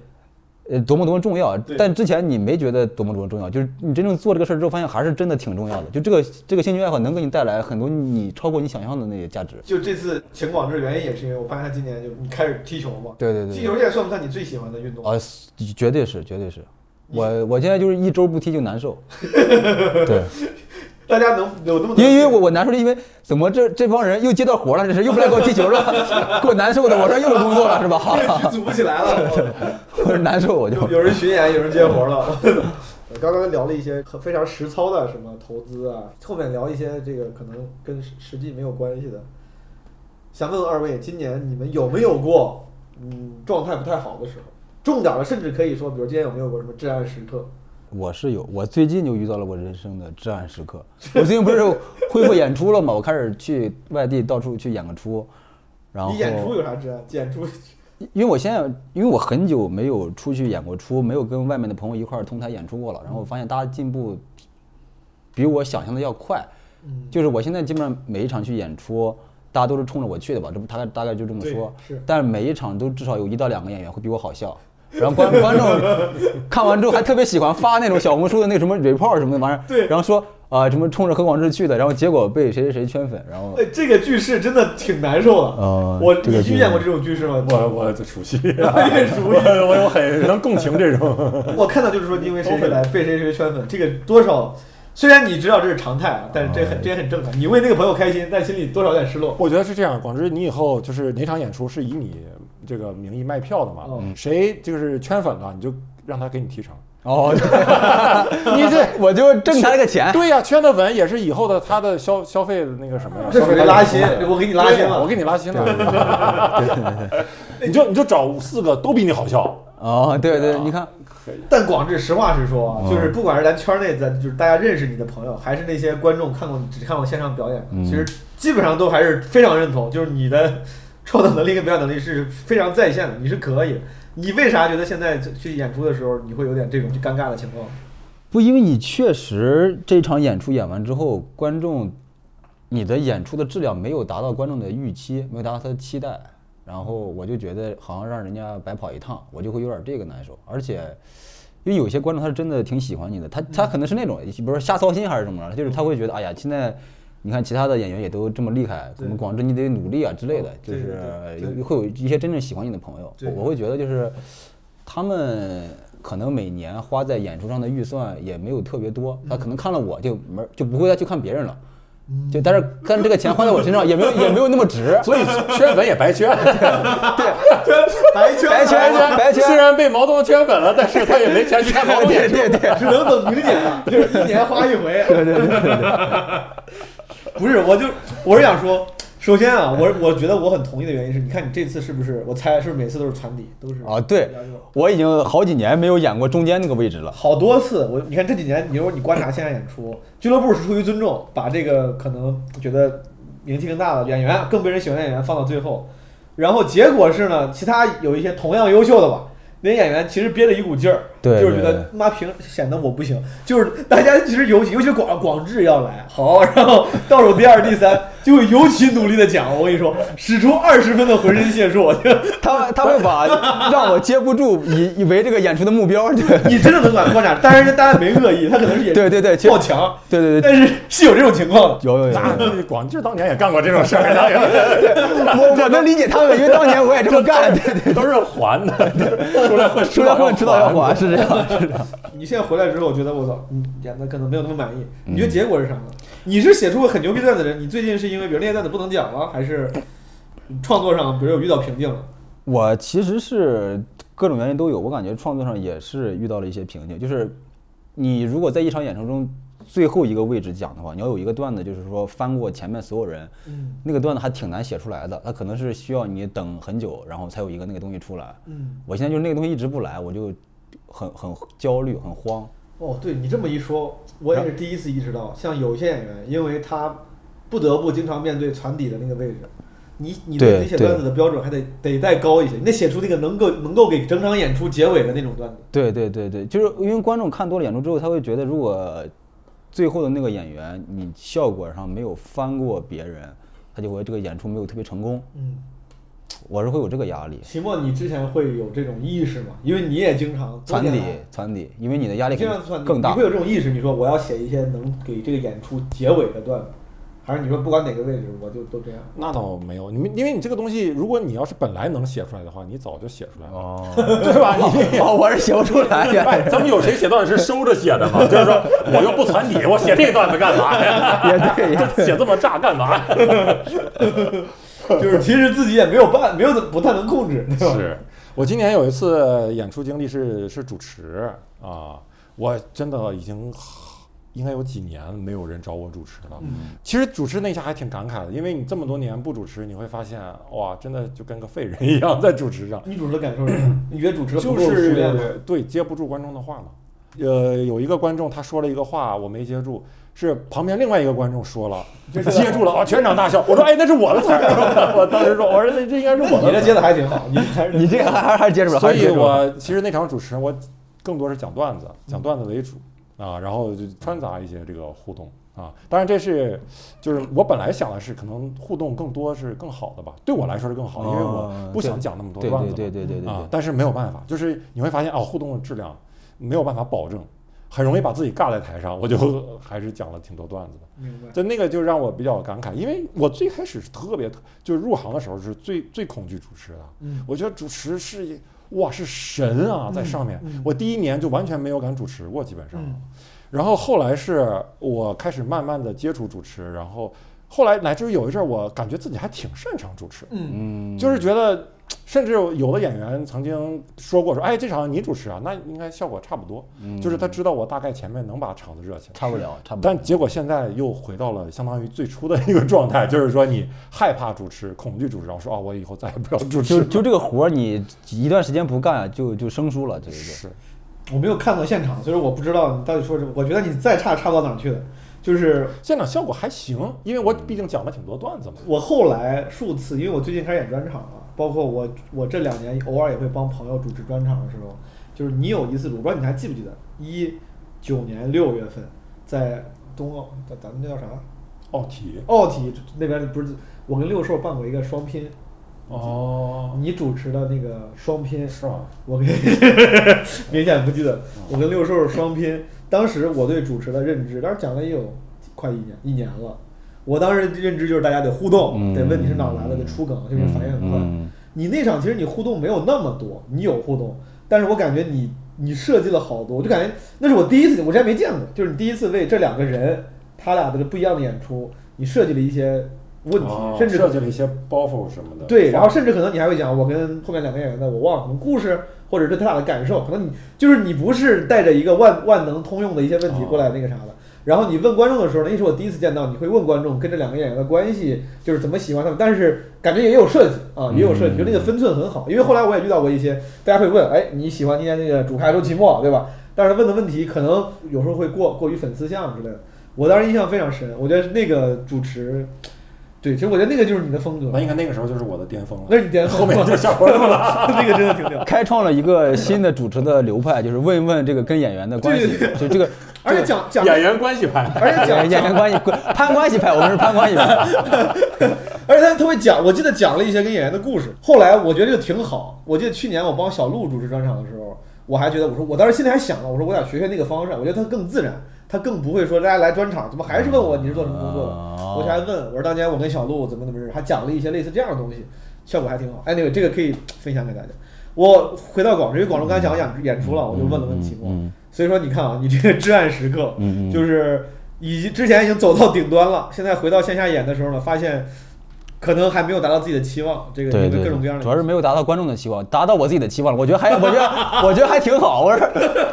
呃，多么多么重要
对。
但之前你没觉得多么多么重要，就是你真正做这个事儿之后，发现还是真的挺重要的。就这个这个兴趣爱好能给你带来很多你超过你想象的那些价值。
就这次请广志的原因也是因为我发现他今年就你开始踢球嘛。
对对对
踢球现在算不算你最喜欢的运动？
啊，绝对是，绝对是。我我现在就是一周不踢就 难受，对，
大家能有那么多？
因为因为我 我难受是因为怎么这这帮人又接到活了，这是又不来给我踢球了， 给我难受的，我说又有工作了是吧？哈哈
我组不起来 了。
我说难受我就
有有人巡演，有人接活了。我 刚刚聊了一些很非常实操的什么投资啊，后面聊一些这个可能跟实实际没有关系的。想问问二位，今年你们有没有过嗯状态不太好的时候？重点的，甚至可以说，比如今天有没有过什么至暗时刻？
我是有，我最近就遇到了我人生的至暗时刻。我最近不是恢复演出了嘛，我开始去外地到处去演个出，然后
你演出有啥至暗？演出
因为我现在，因为我很久没有出去演过出，没有跟外面的朋友一块儿同台演出过了。然后我发现大家进步比我想象的要快，
嗯
就是我现在基本上每一场去演出，大家都是冲着我去的吧，这不大概大概就这么说
对是。
但是每一场都至少有一到两个演员会比我好笑，然后观观众 看完之后还特别喜欢发那种小红书的那个什么 report 什么的玩意儿，
对
然后说啊、什么冲着何广智去的，然后结果被谁谁谁圈粉，然后
哎，这个句式真的挺难受的。
呃
我
这个
你
句
遇见过这种句式吗？
我我这熟悉，
也熟悉
我我有很能共情这种。
我看到就是说，因为谁谁来被谁谁圈粉，这个多少虽然你知道这是常态啊，但是这很这也很正常。你为那个朋友开心，但心里多少有点失落。
我觉得是这样，广志，你以后就是哪场演出是以你这个名义卖票的嘛
嗯？
谁就是圈粉了，你就让他给你提成。
哦，
你这
我就挣他那个钱。
对呀、圈的粉也是以后的他的消消费的那个什么呀？
这
消
属
费
于
来源
拉新，我给你拉新
对呀
了。
我给你拉新了。你就你就找四个都比你好笑，
哦，对对，你看，
但广志，实话实说啊，就是不管是咱圈内咱就是大家认识你的朋友，还是那些观众看过你只看过线上表演，其实基本上都还是非常认同，就是你的创造能力跟表演能力是非常在线的，你是可以的。你为啥觉得现在去演出的时候你会有点这种尴尬的情 况？
不，因为你确实这场演出演完之后，观众，你的演出的质量没有达到观众的预期，没有达到他的期待，然后我就觉得好像让人家白跑一趟，我就会有点这个难受。而且，因为有些观众他是真的挺喜欢你的，
嗯
他他可能是那种，比如说瞎操心还是怎么着，就是他会觉得，哎呀，现在。你看其他的演员也都这么厉害，我们广志你得努力啊之类的，就
对对
是
哦对
有
对
会有一些真正喜欢你的朋友，
对
我我会觉得就是他们可能每年花在演出上的预算也没有特别多，
嗯
他可能看了我就没就不会再去看别人了。就但是但是这个钱花在我身上也没有也没有那么值，
所以圈粉也白圈。
白圈啊
白圈白圈
虽然被毛泽东圈粉了，但是他也没钱去看毛 泽东
对对 对，
只能等明年 了，就是一年花一回。对对对 不是，我就我是想说，首先啊，我我觉得我很同意的原因是，你看你这次是不是？我猜是不是每次都是传底，都是
啊对，我已经好几年没有演过中间那个位置了。
好多次，我你看这几年，你说你观察线下演出，俱乐部是出于尊重，把这个可能觉得名气更大的演员、更被人喜欢的演员放到最后，然后结果是呢，其他有一些同样优秀的吧，那些演员其实憋着一股劲儿，
对
就是觉
对
得妈凭显得我不行，就是大家其实尤其尤其广广智要来好，然后倒数第二、第三就会尤其努力的讲，我跟你说，使出二十分的浑身解数，就
他他会把让我接不住，以以为这个演出的目标。对
你真的能管观察，当然大家没恶意，他可能是也
对对对其实
爆强，
对对对，
但是是有这种情况的。
有有有有。
那广志当年也 干过这种事儿，当年
我我能理解他们，因为当年我也这么干。对对，
都是还的，出来混，
出来混迟
迟
早
早
要
还。
还，是这样，是这样。
你现在回来之后，我觉得我操，你演的可能没有那么满意。你
嗯
觉得结果是什么？你是写出很牛逼段子的人，你最近是因为比如那些段子不能讲了，还是创作上比如有遇到瓶颈了？
我其实是各种原因都有，我感觉创作上也是遇到了一些瓶颈。就是你如果在一场演出中最后一个位置讲的话，你要有一个段子，就是说翻过前面所有人，
嗯
那个段子还挺难写出来的，它可能是需要你等很久，然后才有一个那个东西出来。
嗯，
我现在就是那个东西一直不来，我就很很焦虑，很慌。
哦，对你这么一说，我也是第一次意识到，像有些演员，因为他不得不经常面对船底的那个位置，你你
对
对你写段子的标准还得得再高一些，你得写出那个能够能够给整场演出结尾的那种段子。
对对对对，就是因为观众看多了演出之后，他会觉得，如果最后的那个演员你效果上没有翻过别人，他就会这个演出没有特别成功。
嗯，
我是会有这个压力，
期末你之前会有这种意识吗？因为你也经常
攒底
多点啊
攒底，因为你的压力
这
肯
样算
定更大
你会。有这种意识？你说我要写一些能给这个演出结尾的段子，还是你说不管哪个位置我就都这样？
那倒没有，你们因为你这个东西，如果你要是本来能写出来的话，你早就写出来了， 对吧？你
哦，我是写不出 来
哎，
呀，
咱们有谁写段子是收着写的 吗？就是说我又不攒底，我写这个段子干嘛呀？
也对，也
这写这么炸干嘛 呀？
就是其实自己也没有办，没有怎么不太能控制，对吧？
是我今年有一次演出经历是是主持啊，我真的已经应该有几年没有人找我主持了。
嗯
其实主持那一下还挺感慨的，因为你这么多年不主持，你会发现哇，真的就跟个废人一样在主持上。
女主持的感受是什么？你觉得主持的不
就
够熟练吗？
是对接不住观众的话嘛。呃，有一个观众他说了一个话，我没接住，是旁边另外一个观众说 了，接住了啊，全场大笑。我说哎，那是我的词儿。我当时说，我说那这应该是我
你这
的词
接的还挺好，你还 是
你这个还还还是接触
儿。
了，
所
还是
以
接触了。
我其实那场主持我更多是讲段子，讲段子为主啊，然后就穿杂一些这个互动啊。当然这是就是我本来想的是可能互动更多是更好的吧，对我来说是更好，因为我
哦
不想
对
讲那么多
对
段
对
子嘛。
对对对对
啊
对，，
但是没有办法，就是你会发现啊，互动的质量没有办法保证，很容易把自己尬在台上。我就 还是讲了挺多段子的，
明白。
就那个就让我比较感慨，因为我最开始是特别就是入行的时候是最最恐惧主持的，
嗯
我觉得主持是一哇是神啊，在上面，
嗯
我第一年就完全没有敢主持过，基本上。
嗯
然后后来是我开始慢慢的接触主持，然后后来乃至于有一阵儿，我感觉自己还挺擅长主持，
嗯
嗯，
就是觉得，甚至有的演员曾经说过说，哎，这场你主持啊，那应该效果差不多。就是他知道我大概前面能把场子热起来，
差不了，差不了。
但结果现在又回到了相当于最初的一个状态，就是说你害怕主持，恐惧主持，然后说啊，我以后再也不要主持
就
了。
就这个活儿，你一段时间不干，就就生疏了，对对对。
是，
我没有看过现场，所以说我不知道你到底说什么。我觉得你再差差不到哪儿去的。就是
现场效果还行，因为我毕竟讲了挺多段子嘛。
我后来数次，因为我最近开始演专场了，包括我我这两年偶尔也会帮朋友主持专场的时候，就是你有一次，我不知道你还记不记得，一九年六月份在冬奥，咱咱们那叫啥？
奥哦体
奥体那边不是我跟六兽办过一个双拼，
哦，
你主持的那个双拼
是吗？哦
我跟 明显不记得，我跟六兽双拼。当时我对主持的认知，当时讲了也有快一年一年了。我当时认知就是大家得互动，
嗯
得问你是哪儿来的，得出梗，就是反应很快
嗯嗯。
你那场其实你互动没有那么多，你有互动，但是我感觉你你设计了好多，我就感觉那是我第一次，我之前没见过，就是你第一次为这两个人他俩的不一样的演出，你设计了一些问题，
哦
甚至
设计了一些包袱什么的。
对，然后甚至可能你还会讲我跟后面两个演员的我忘了什么故事，或者对他俩的感受，可能你就是你不是带着一个万万能通用的一些问题过来那个啥的。然后你问观众的时候呢，那是我第一次见到你会问观众跟这两个演员的关系，就是怎么喜欢他们，但是感觉也有设计啊，也有设计，就那个分寸很好。因为后来我也遇到过一些大家会问，哎，你喜欢今天那个主咖周奇墨对吧？但是问的问题可能有时候会过过于粉丝向之类的。我当时印象非常深，我觉得那个主持，对，其实我觉得那个就是你的风格。
那应该那个时候就是我的巅峰了。
那是你巅峰，
后面就下坡路了。
那个真的挺屌。
开创了一个新的主持的流派，就是问一问这个跟演员的关系，就这个
而且讲讲，
演员关系牌，
而且 讲
演演员关系攀关系派，我们是攀关系派。
而且他特别讲，我记得讲了一些跟演员的故事。后来我觉得这个挺好。我记得去年我帮小鹿主持专场的时候，我还觉得我说我当时心里还想了，我说我想学学那个方式，我觉得他更自然，他更不会说大家来专场怎么还是问我你是做什么工作的，
哦
我就还问我说当年我跟小鹿怎么怎么认识，还讲了一些类似这样的东西，效果还挺好。anyway，这个可以分享给大家。我回到广州，因为广州刚才讲演演出了，我就问了问题目。
嗯
所以说，你看啊，你这个至暗时刻，
嗯嗯
就是已经之前已经走到顶端了，现在回到线下演的时候呢，发现可能还没有达到自己的期望，这个
对
因为
对
各种各样
对，
的，
主要是没有达到观众的期望，达到我自己的期望了。我觉得还，我觉得，我觉得还挺好。我说，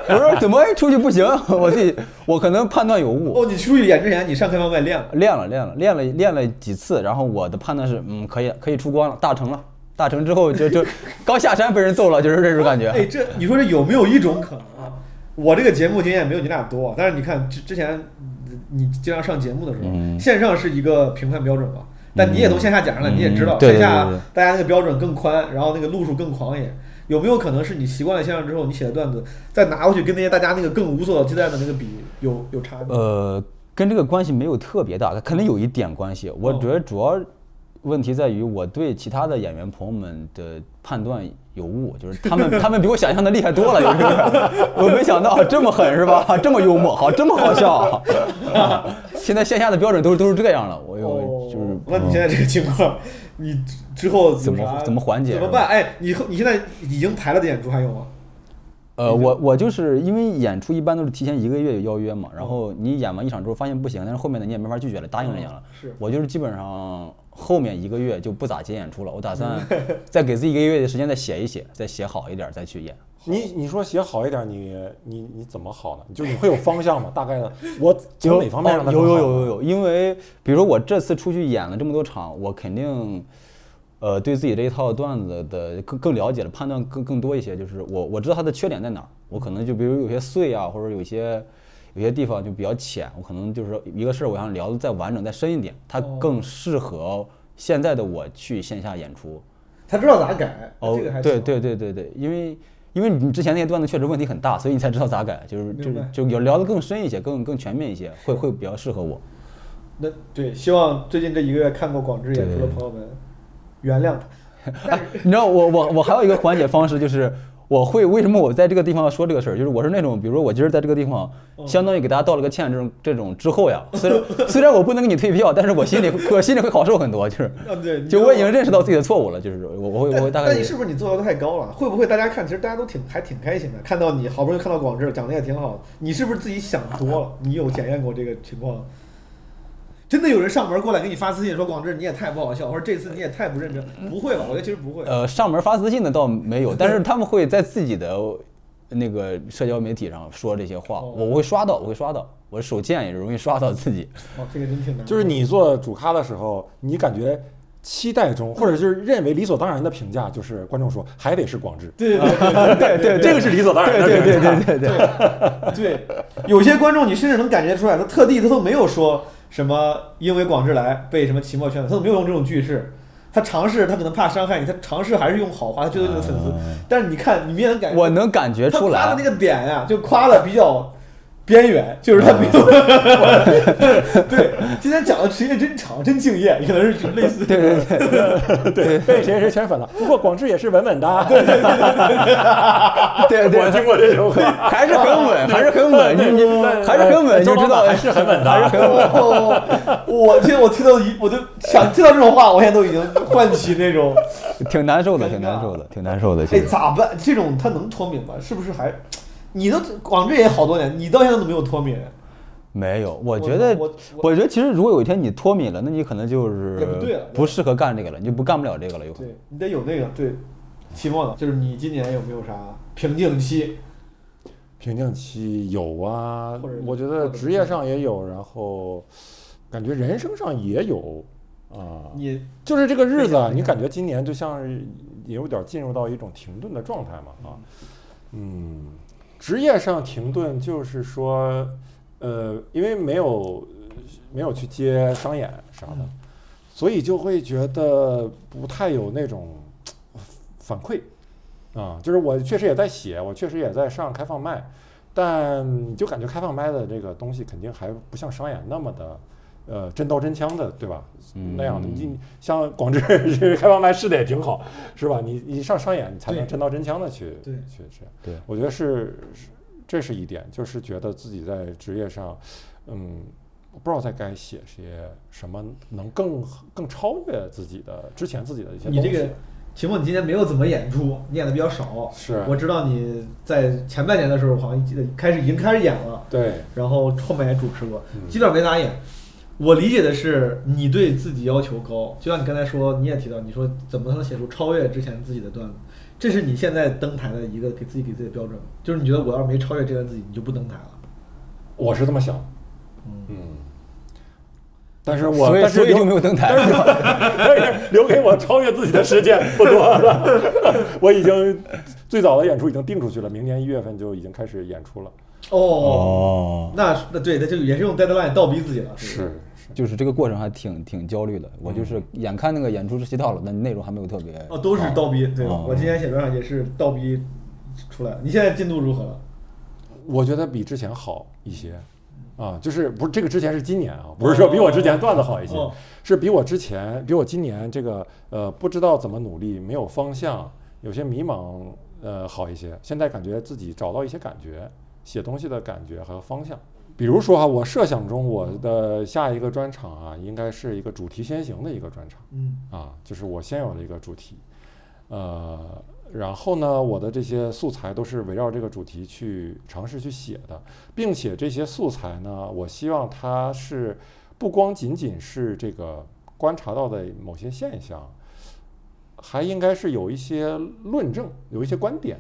我说怎么哎出去不行？ 我自己，我可能判断有误。
哦，你出去演之前你上开放麦练了，
练了练了练了练了几次，然后我的判断是，嗯，可以可以出光了，大成了，大成之后就就刚下山被人揍了，就是这种感
哎，
觉。
这你说这有没有一种可能啊？我这个节目经验没有你俩多，啊但是你看之之前嗯你经常上节目的时候，
嗯
线上是一个评判标准吧？但你也从线下讲上了，
嗯
你也知道
对
线下
对对对
大家那个标准更宽，然后那个路数更狂野。有没有可能是你习惯了线上之后，你写的段子再拿过去跟那些大家那个更无所忌惮的那个比有有差嗯别？
呃，跟这个关系没有特别大，可能有一点关
哦
系。我觉得主要问题在于我对其他的演员朋友们的判断有误， 就是他们他们比我想象的厉害多了，有时候我没想到哦这么狠是 吧？这么幽默，好，这么好笑。现在线下的标准都是都是这样了，我有就是
哦，那你现在这个情况，你之之后有
怎么
啥
怎么缓解
怎么
是吧
办？哎，你后你现在已经排了的演出还有吗？
呃，我我就是因为演出一般都是提前一个月有邀约嘛，然后你演完一场之后发现不行，但是后面的你也没法拒绝了，答应人家了。
是
我就是基本上后面一个月就不咋接演出了，我打算再给自己一个月的时间再写一写，再写好一点再去演。
你你说写好一点，你你你怎么好呢？就你会有方向吗？大概的，我从哪方面让它
有
更
有
好
有有
呢
有，因为比如说我这次出去演了这么多场，我肯定。呃，对自己这一套段子的更更了解了，判断更更多一些。就是我我知道它的缺点在哪儿，我可能就比如有些碎啊，或者有些有些地方就比较浅，我可能就是说一个事儿，我想聊的再完整、再深一点，它
哦
更适合现在的我去线下演出。
他知道咋改，这个还
哦对
行
对对对对，因为因为你之前那些段子确实问题很大，所以你才知道咋改，就是就
明白
是就有聊得更深一些，更更全面一些，会会比较适合我。
那对，希望最近这一个月看过广智演出的朋友们原谅他。
哎你知道我我我还有一个缓解方式就是。我会为什么我在这个地方要说这个事儿？就是我是那种，比如说我今儿在这个地方，
哦
相当于给大家道了个歉，这种这种之后呀，虽然虽然我不能给你退票，但是我心里我心里会好受很多，就是
啊对你
就
知
我
道
已经认识到自己的错误了，就是我我会我
但
会大概
但你是不是你做的太高了？会不会大家看，其实大家都挺还挺开心的，看到你好不容易看到广智讲的也挺好，你是不是自己想多了？你有检验过这个情况？真的有人上门过来给你发私信说广智你也太不好笑，或者这次你也太不认真？不会吧？我觉得其实不会。
呃，上门发私信的倒没有， 但是他们会在自己的那个社交媒体上说这些话，
哦
我会刷到，我会刷到，我手贱也容易刷到自己。
哦，这个真挺难。
就是你做主咖的时候，你感觉期待中，或者就是认为理所当然的评价，就是观众说还得是广智，
对对对对啊对对
这个是理所当然的评价。对
啊
对对对
对，有些观众你甚至能感觉出来，他特地他都没有说什么因为广志来被什么期末圈粉，他都没有用这种句式。他尝试，他可能怕伤害你，他尝试还是用好话，他觉得你的粉丝。但是你看，你明显能感觉
嗯我能感觉
他
出
夸的
来
那，个点呀、就夸的比较边缘，就是他没有。
嗯
对，今天讲的时间真长，真敬业，可能是类似。对对 对，
对， 被谁谁圈 粉了。不过广智也是稳稳的。啊对对
啊对
我听过这种话。
还是很 稳，还是很稳，你你
对
还是很稳，
周
就
老
知道
板还是很 稳的
还是很稳。
哦， 我听我听到一，我就想听到这种话，我现在都已经唤起那 种。
挺难受的，
尴尬
挺难受的，挺难受的。其
哎，
实
咋办？这种他能脱敏吗？是不是还？你都广智也好多年，你到现在都没有脱敏，
没有，我觉得
我，
我觉得其实如果有一天你脱敏了，那你可能就是
也不对了对吧
不适合干这个了，你就不干不了这个了，有可能
对。你得有那个对。期末呢，就是你今年有没有啥瓶颈期？
瓶颈期有啊
或者，
我觉得职业上也有，然后感觉人生上也有啊。
你
就是这个日子啊，你感觉今年就像是也有点进入到一种停顿的状态嘛啊，嗯，职业上停顿就是说，呃，因为没有没有去接商演啥的，所以就会觉得不太有那种呃反馈啊，就是我确实也在写，我确实也在上开放麦，但就感觉开放麦的这个东西肯定还不像商演那么的。呃，真刀真枪的，对吧？那样的，你像广智 开放麦试的也挺好，是吧？你你上商演，你才能
对
真刀真枪的去
对
去去。
对
我觉得是是这是一点，就是觉得自己在职业上，嗯，我不知道在该写些什么，能更更超越自己的之前自己的一些东
你
西。
这个，期末你今年没有怎么演出，你演的比较少。
是
我知道你在前半年的时候，好像记得开始已经开始演了，
对
然后后面也主持过，基本上没咋演。我理解的是，你对自己要求高，就像你刚才说，你也提到，你说怎么才能写出超越之前自己的段子？这是你现在登台的一个给自己给自己的标准吗，就是你觉得我要是没超越之前自己，你就不登台了。
我是这么想，嗯，但是我
所以
但是
所以
留
就没有登台。
但是留给我超越自己的时间不多了。 我已经最早的演出已经定出去了，明年一月份就已经开始演出了。
哦，
哦，
那是那对，那就也是用 deadline 倒逼自己了。对不对，
就是这个过程还挺挺焦虑的。我
嗯
就是眼看那个演出日期到了，但内容还没有特别
哦，都是
好
倒逼。对，
哦
我今天写专场也是倒逼出来。你现在进度如何了？
我觉得比之前好一些，啊，就是不是这个之前是今年啊，不是说比我之前段子好一些
哦，
是比我之前比我今年这个呃不知道怎么努力，没有方向，有些迷茫，呃好一些。现在感觉自己找到一些感觉，写东西的感觉和方向。比如说哈、啊我设想中我的下一个专场啊，应该是一个主题先行的一个专场，
嗯，
啊，就是我现有的一个主题，呃，然后呢，我的这些素材都是围绕这个主题去尝试去写的，并且这些素材呢，我希望它是不光仅仅是这个观察到的某些现象，还应该是有一些论证，有一些观点，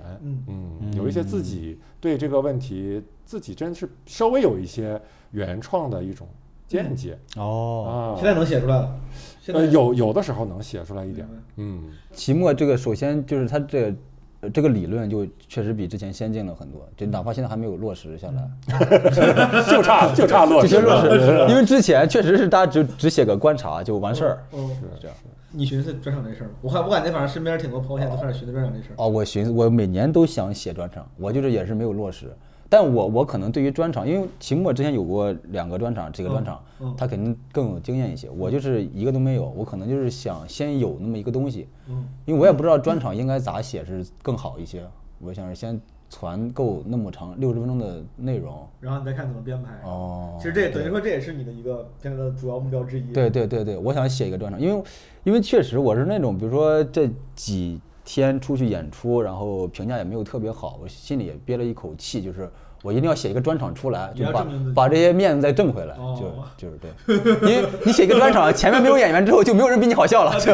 嗯
有一些自己对这个问题自己真是稍微有一些原创的一种见解、
哦。
啊
现。在能写出来了。现在
呃，有有的时候能写出来一点
明白，
嗯，
期末这个首先就是它这个呃这个理论就确实比之前先进了很多，就哪怕现在还没有落实下来。
嗯 就差就差落
这
实
些落
了。
实，因为之前确实是大家只只写个观察就完事儿。
嗯，
这样
你寻思专场这事儿吗？我看我感觉反正身边挺多朋友现在都开始寻思专场这事儿。
哦，我寻思我每年都想写专场，我就是也是没有落实。但我我可能对于专场，因为秦墨之前有过两个专场，几个专场，
嗯嗯
他肯定更有经验一些。我就是一个都没有，我可能就是想先有那么一个东西，
嗯
因为我也不知道专场应该咋写是更好一些。我想是先攒够那么长六十分钟的内容。
然后你再看怎么编排。
哦
其实这等于说这也是你的一个现在的主要目标之一。
对，对对对，我想写一个专场，因为因为确实我是那种，比如说这几天出去演出，然后评价也没有特别好，我心里也憋了一口气，就是我一定要写一个专场出来，
你
就
要
把
证明自己
把这些面子再挣回来，
哦
就就是对，因为你写一个专场，前面没有演员之后就没有人比你好笑了，就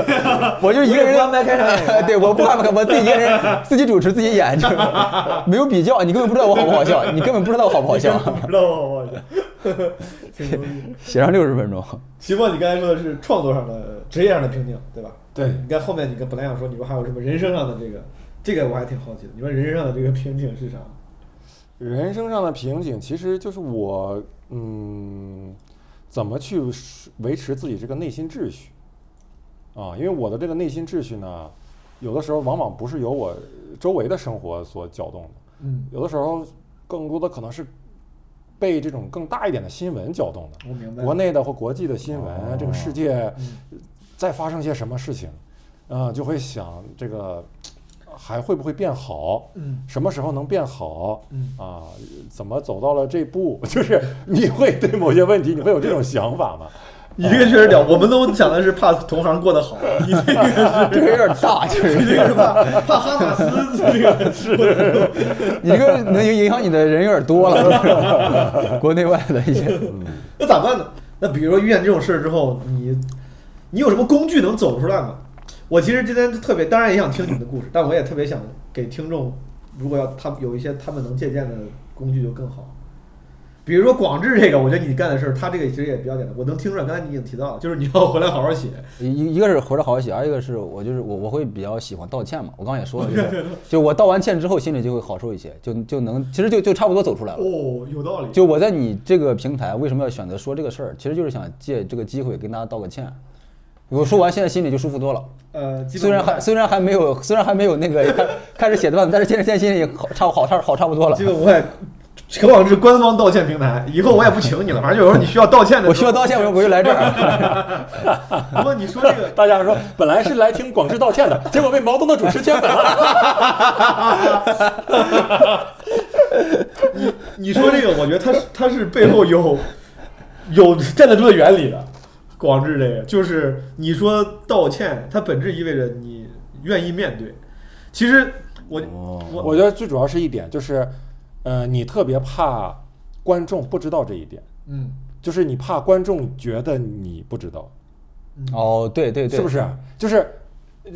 我就一
啊我
个
也
人
不安排开场演员啊
对，我不安排，我自己一 个人自己主持自己演，就没有比较，你根本不知道我好不好笑，你根本不知道我好不好笑，
不知道 啊我我挺牛逼。
写上六十分钟。
期末你刚才说的是创作上的、职业上的瓶颈，对吧？
对
你看后面你跟本来想说，你说还有什么人生上的这个，这个我还挺好奇的。你说人生上的这个瓶颈是啥？
人生上的瓶颈，其实就是我，嗯，怎么去维持自己这个内心秩序啊？因为我的这个内心秩序呢，有的时候往往不是由我周围的生活所搅动的，
嗯，
有的时候更多的可能是被这种更大一点的新闻搅动的。
我明白了。哦嗯
国内的或国际的新闻，啊这个世界在发生些什么事情，啊、就会想这个还会不会变好？
嗯
什么时候能变好？
嗯
啊，怎么走到了这步？ 就是你会对某些问题，你会有这种想法吗？
你这个确实屌，我们都想的是怕同行过得好，你这个是
这个有点大，就是
你这个是怕怕哈马斯这个是
你这个能影影响你的人有点多 了，国内外的一些。
嗯
那咋办呢？那比如说遇见这种事儿之后，你你有什么工具能走出来吗？我其实今天特别，当然也想听你们的故事，但我也特别想给听众，如果要他们有一些他们能借鉴的工具就更好。比如说广志这个，我觉得你干的事儿，他这个其实也比较简单，我能听出来。刚才你已经提到了，就是你要回来好好写。
一一个是活得好好写，而一个是我就是我我会比较喜欢道歉嘛，我刚刚也说了，就是 就我道完歉之后心里就会好受一些，就就能其实就就差不多走出来了。
哦，有道理。
就我在你这个平台为什么要选择说这个事儿，其实就是想借这个机会跟大家道个歉。我说完现在心里就舒服多了，
呃，基本
虽然还虽然还没有虽然还没有那个开开始写段子，但是现在现在心里好差好差好差不多了
基。本无害。可广志官方道歉平台，以后我也不请你了。反正有时候你需要道歉的时候，
我需要道歉，我就我就来这儿。
不过你说这个，
大家说本来是来听广志道歉的，结果被毛东的主持圈粉了。
你你说这个，我觉得他是他是背后有有站得住的原理的。广志这个就是你说道歉，它本质意味着你愿意面对。其实我
哦
我
我觉得最主要是一点就是，呃，你特别怕观众不知道这一点。
嗯
就是你怕观众觉得你不知道，
哦，对对对，
是不是？就是，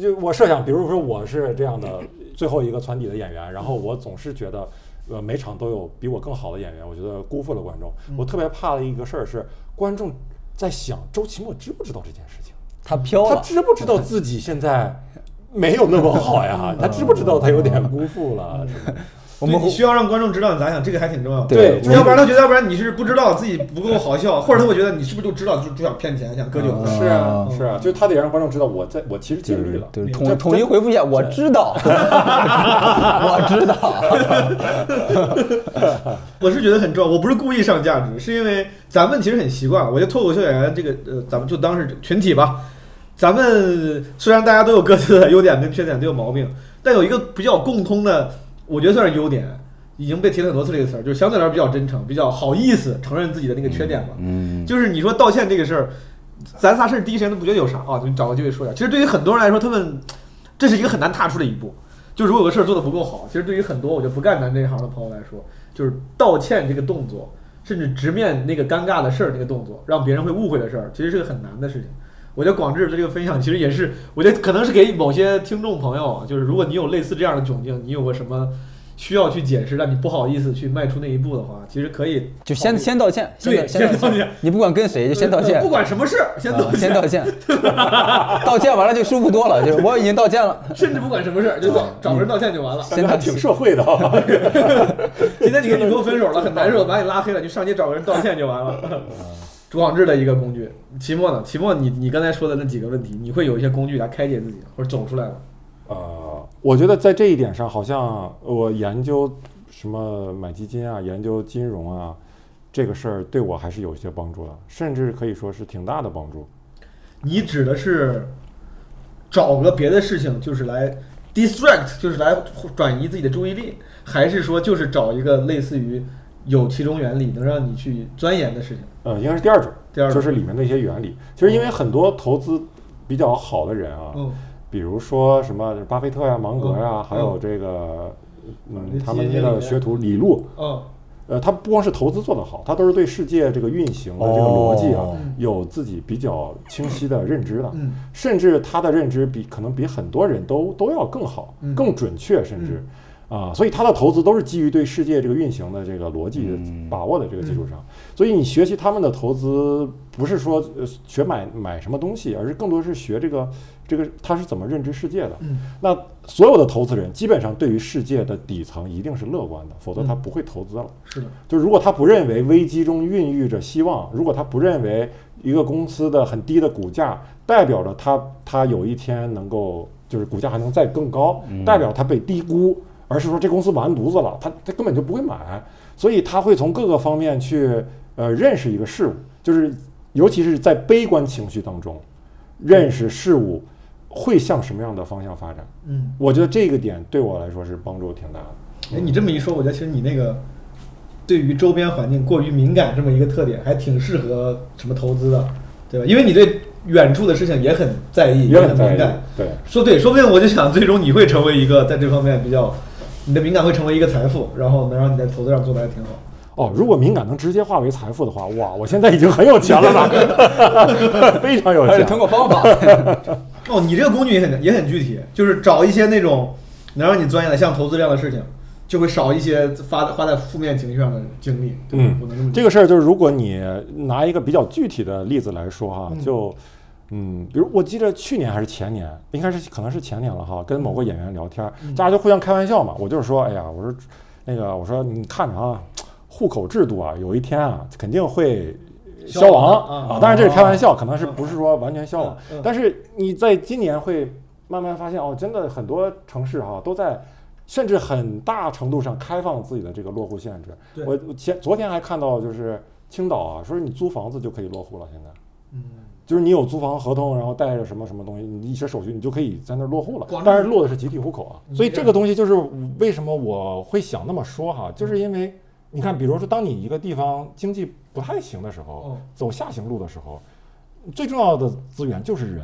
就我设想，比如说我是这样的最后一个团体的演员，然后我总是觉得，呃，每场都有比我更好的演员，我觉得辜负了观众。
嗯
我特别怕的一个事儿是，观众在想周奇墨知不知道这件事情，
他飘
他
了，
知不知道自己现在没有那么好呀？他知不知道他有点辜负了？是吧
我们
对你需要让观众知道你咋想，这个还挺重要的。
对
就是要不然他觉得，要不然你是不知道自己不够好笑，或者他会觉得你是不是就知道就就想骗钱，想割韭菜。
是啊，
嗯
是啊，就是他得让观众知道我在我其实尽力了。
对，
这
统统一回复一下，我知道， 我知道，
我是觉得很重要，我不是故意上价值，是因为咱们其实很习惯了。我觉得脱口秀演员这个，呃，咱们就当是群体吧。咱们虽然大家都有各自的优点跟缺点，都有毛病，但有一个比较共通的，我觉得算是优点，已经被提了很多次这个词儿，就是相对来说比较真诚，比较好意思承认自己的那个缺点吧。
嗯，
就是你说道歉这个事儿，咱仨事儿第一时间都不觉得有啥啊，就找个机会说一下。其实对于很多人来说，他们这是一个很难踏出的一步。就如果有个事儿做的不够好，其实对于很多我觉得不干咱这一行的朋友来说，就是道歉这个动作，甚至直面那个尴尬的事儿那个动作，让别人会误会的事儿，其实是个很难的事情。我觉得广志的这个分享，其实也是，我觉得可能是给某些听众朋友啊，就是如果你有类似这样的窘境，你有过什么需要去解释，但你不好意思去迈出那一步的话，其实可以
就先先道歉，先
对
道先
先道歉，
你不管跟谁就先道
呃
歉，
不管什么事儿，先道
啊
歉，
先道歉， 道歉完了就舒服多了，就是我已经道歉了，
甚至不管什么事儿，就
嗯
找找个人道歉就完了。
感觉还挺社 会的 啊。
今天你跟女朋友 分手了，很难受，把你拉黑了，你就上街找个人道歉就完 了。朱广志的一个工具，期末呢？期末你你刚才说的那几个问题，你会有一些工具来开解自己或者走出来吗？
呃，我觉得在这一点上，好像呃我研究什么买基金啊，研究金融啊，这个事儿对我还是有一些帮助的，甚至可以说是挺大的帮助。
你指的是找个别的事情，就是来 distract，就是来转移自己的注意力，还是说就是找一个类似于有其中原理能让你去钻研的事情？
呃，应该是第二种，
第二种
就是里面的一些原理。其实因为很多投资比较好的人啊，
嗯，
比如说什么巴菲特呀、芒格呀、
嗯
还有这个嗯
基金
他们
经理
的学徒李路，
哦，
呃，他不光是投资做得好，他都是对世界这个运行的这个逻辑啊，
哦
有自己比较清晰的认知的，
嗯
甚至他的认知比可能比很多人都都要更好、
嗯
更准确，甚至啊、所以他的投资都是基于对世界这个运行的这个逻辑把握的这个基础上。
嗯
所以你学习他们的投资，不是说呃学买买什么东西，而是更多是学这个这个他是怎么认知世界的。
嗯
那所有的投资人基本上对于世界的底层一定是乐观的，否则他
嗯
不会投资了。
是的，
就如果他不认为危机中孕育着希望，如果他不认为一个公司的很低的股价代表着它它有一天能够就是股价还能再更高，代表它被低估，而是说这公司完犊子了，他他根本就不会买，所以他会从各个方面去呃认识一个事物，就是尤其是在悲观情绪当中，认识事物会向什么样的方向发展。
嗯。
我觉得这个点对我来说是帮助挺大的。
哎，你这么一说，我觉得其实你那个对于周边环境过于敏感这么一个特点，还挺适合什么投资的，对吧？因为你对远处的事情也很在意，
也
也
很在
敏
意
感。，
对。
说对，说不定我就想，最终你会成为一个在这方面比较，你的敏感会成为一个财富，然后能让你在投资上做的还挺好。
哦，如果敏感能直接化为财富的话，哇，我现在已经很有钱 了呢， 非常有
还是通
钱。
过方法，
哦，你这个工具也很也很具体，就是找一些那种能让你钻研的，像投资这样的事情，就会少一些发花在负面情绪上的精力。对吧
嗯
我能这么
这个事儿就是，如果你拿一个比较具体的例子来说哈，就，嗯，比如我记得去年还是前年，应该是可能是前年了哈，跟某个演员聊天儿，
嗯
大家就互相开玩笑嘛，我就是说，哎呀，我说那个，我说你看着啊，户口制度啊，有一天啊，肯定会消
消亡
亡
啊
啊，当然这是开玩笑，可能是不是说完全消亡
嗯嗯，
但是你在今年会慢慢发现哦，真的很多城市哈、都在。甚至很大程度上开放自己的这个落户限制。
对
我我前昨天还看到，就是青岛啊，说是你租房子就可以落户了，现在
嗯。
就是你有租房合同，然后带着什么什么东西，你一些手续，你就可以在那儿落户了
广。州
当然落的是集体户口啊，
嗯
所以这个东西就是为什么我会想那么说
嗯
哈，就是因为你看，比如说当你一个地方经济不太行的时候
哦，
走下行路的时候，最重要的资源就是人。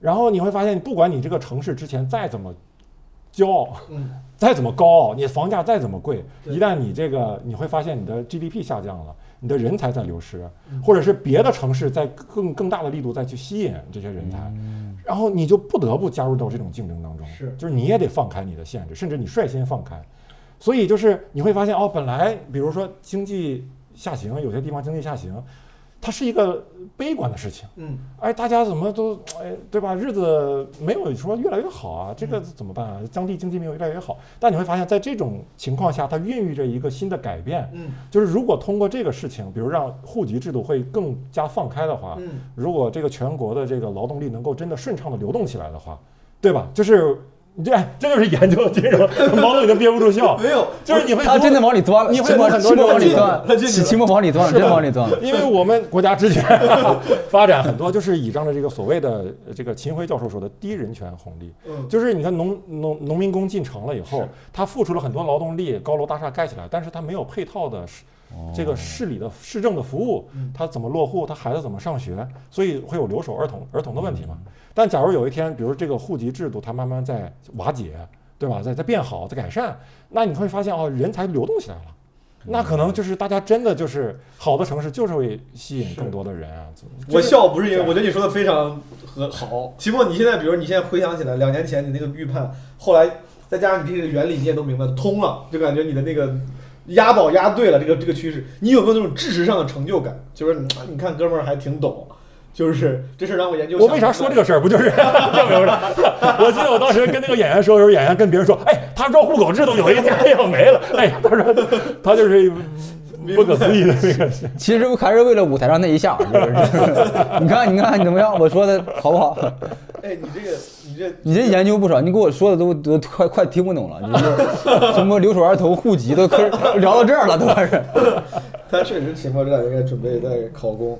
然后你会发现，不管你这个城市之前再怎么骄傲，
嗯
再怎么高傲，你房价再怎么贵，
对
一旦你这个你会发现你的 GDP 下降了，你的人才在流失，
嗯
或者是别的城市在更更大的力度再去吸引这些人才，然后你就不得不加入到这种竞争当中，
嗯是
就是你也得放开你的限制，甚至你率先放开，所以就是你会发现哦，本来比如说经济下行，有些地方经济下行，它是一个悲观的事情。
嗯，
哎，大家怎么都哎，对吧？日子没有说越来越好啊，这
嗯
个怎么办啊？当地经济没有越来越好，但你会发现在这种情况下，它孕育着一个新的改变。
嗯，
就是如果通过这个事情，比如让户籍制度会更加放开的话，
嗯，
如果这个全国的这个劳动力能够真的顺畅的流动起来的话，对吧？就是你这哎这就是研究这 种，毛总已经憋不住笑，
没有
就是你会
他
多
真的往里钻了，
你会
期末
很多
期末往里
这种
钻
他
了，
进去了
期末往里钻了，真往里钻了。
因为我们国家之前发展很多，就是倚仗着这个所谓的呃这个秦晖教授说的低人权红利，
嗯
就是你看农农农民工进城了以后，他付出了很多劳动力，高楼大厦盖起来，但是他没有配套的市这个市里的市政的服务，他怎么落户，他孩子怎么上学，所以会有留守儿童儿童的问题嘛。但假如有一天，比如这个户籍制度它慢慢在瓦解，对吧，在在变好，在改善，那你会发现哦，人才流动起来了。那可能就是大家真的就是好的城市就是会吸引更多的人啊！就
我笑不是因为我觉得你说的非常和好。期末，你现在比如你现在回想起来，两年前你那个预判，后来再加上你这个原理你也都明白通了，就感觉你的那个押宝押对了，这个这个趋势，你有没有那种知识上的成就感？就是你你看哥们儿还挺懂，就是这事儿让我研究。
我为啥说这个？事儿？不就是 这么回事儿？ 我记得我当时跟那个演员说的时候，演员跟别人说：“哎，他说户口制度有一天要没了。” 哎，他说他就是不可思议的那个。
其实还是为了舞台上那一下，就是 就是，你看，你看，你怎么样？我说的好不好？
哎，你这个你这
你这研究不少，你给我说的都都快快听 不懂了。你这什么留守儿童、户籍都可 聊到这儿了，都开始。
他确实期末这两年应该准备在考 公，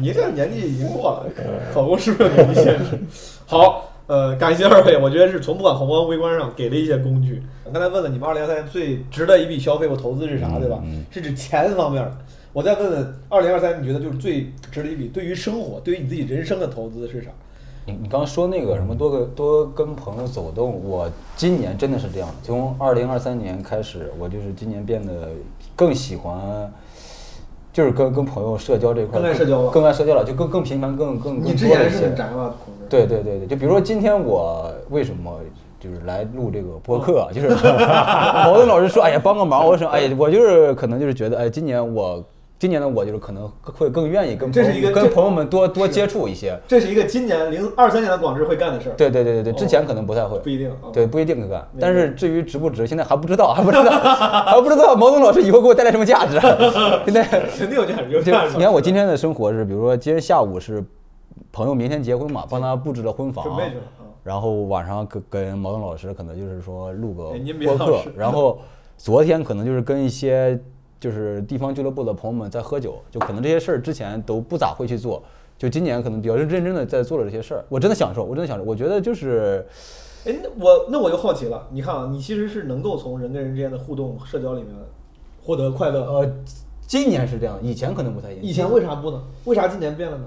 你这年纪已经过了，
嗯
考公是不是年纪限制？ 好，呃，感谢二位，我觉得是从不管宏观微观上给了一些工具。我刚才问了你们二零二三最值得一笔消费或投资是啥，对吧？
嗯
是指钱方面的。我再问问二零二三，你觉得就是最值得一笔对于生活、对于你自己人生的投资是啥？
你你刚刚说那个什么多个多跟朋友走动，我今年真的是这样。从二零二三年开始，我就是今年变得更喜欢，就是跟跟朋友社交这块儿
更爱社交了
更爱社交了，就更更频繁，更更
你
更
之
多了
前
一
是
些
很。宅吗？孔志
对对对对，就比如说今天我为什么就是来录这个播客 啊，就是毛盾老师说，哎呀帮个忙，我说哎呀我就是可能就是觉得，哎今年我今年的我就是可能会更愿意跟
这
朋
是
友
一个
跟
这
朋友们多多接触一些。
这是一个今年零二三年的广智会干的事儿。
对对对对对，之前可能不太会，
不一定啊
对不一定干。但是至于值不值，现在还不知道，还不知道，还不知道毛东老师以后给我带来什么价值。啊现在
肯定有价值，有
就
价值。
你看我今天的生活是，比如说今天下午是朋友明天结婚嘛，帮他布置了婚房，
准备去了嗯
然后晚上跟跟毛东老师可能就是说录个
哎您别
播
老
客
是，
然后昨天可能就是跟一些就是地方俱乐部的朋友们在喝酒，就可能这些事儿之前都不咋会去做，就今年可能比较认真的在做了这些事儿，我真的享受，我真的享受，我觉得就是。
哎，那我那我就好奇了，你看啊，你其实是能够从人跟人之间的互动、社交里面获得快乐。
呃，今年是这样，以前可能不太一样。
以前为啥不呢？为啥今年变了呢？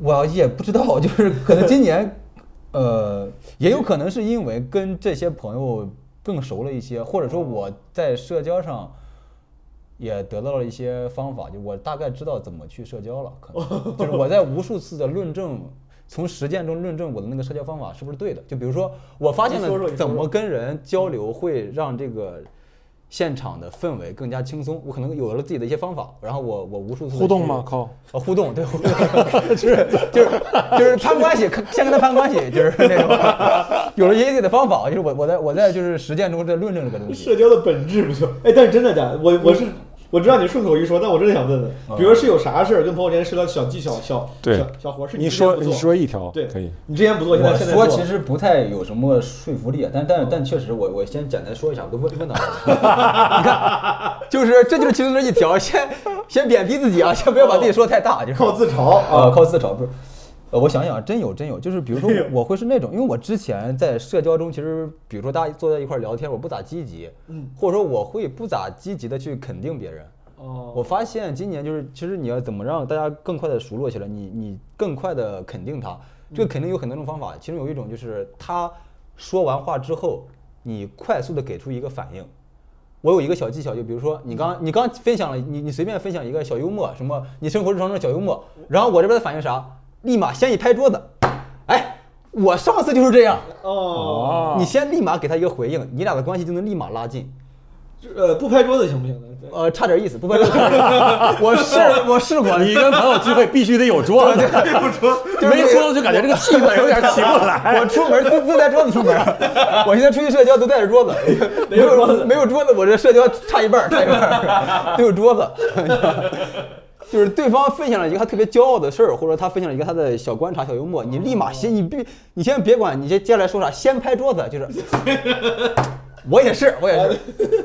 我也不知道， 就是可能今年， 呃，也有可能是因为跟这些朋友更熟了一些，或者说我在社交上也得到了一些方法，就我大概知道怎么去社交了。可能就是我在无数次的论证，从实践中论证我的那个社交方法是不是对的。就比如说，我发现
你说说你
了
说
怎
说
么跟人交流会让这个。现场的氛围更加轻松，我可能有了自己的一些方法，然后我我无数次地
互动
去
吗靠
啊，互动对，互动 就是就是就是攀关系，先跟他攀关系，就是那种有了一定的方法，就是我我在我在就是实践中在论证这个东西。
社交的本质不就？哎，但是真的假的？我我是我知道你顺口一说，但我真的想问问，比如说是有啥事儿跟朋友之间社交小技巧、小
对
小小活儿，是
你
之前
说
不做
你说一条
对，
可以，
你之前不做，现在
我
现在
说
做
其实不太有什么说服力，啊但但但确实我，我先简单说一下，我都问问到了。 你看，就是这就是其中的一条，先先贬低自己啊，先不要把自己说得太大，就是
靠自嘲
啊，
啊，
靠自嘲不是。呃，我想想，真有真有，就是比如说
真有
我会是那种，因为我之前在社交中，其实比如说大家坐在一块儿聊天，我不咋积极，
嗯，
或者说我会不咋积极的去肯定别人。
哦，
我发现今年就是，其实你要怎么让大家更快的熟络起来，你你更快的肯定他，这
嗯
个肯定有很多种方法，其中有一种就是他说完话之后，你快速的给出一个反应，我有一个小技巧，就比如说你刚你刚分享了，你你随便分享一个小幽默，什么你生活日常中的小幽默，然后我这边的反应啥，立马先一拍桌子，哎，我上次就是这样，
哦，
哦
你先立马给他一个回应，你俩的关系就能立马拉近。
这呃，不拍桌子行不行呢？对
呃，差点意思，不拍桌子。 我试，我试过，
你跟朋友聚会必须得有桌子，没桌子就感觉这个气氛有点起不 来。
我出门自自带桌子出门，我现在出去社交都带着桌子，没有桌子，没有桌子，我这社交差一半儿，差一半儿，都有桌子。 就是对方分享了一个他特别骄傲的事儿，或者他分享了一个他的小观察、小幽默，你立马先，你别，你先别管，你先接下来说啥，先拍桌子，就是， 我也是，我也是，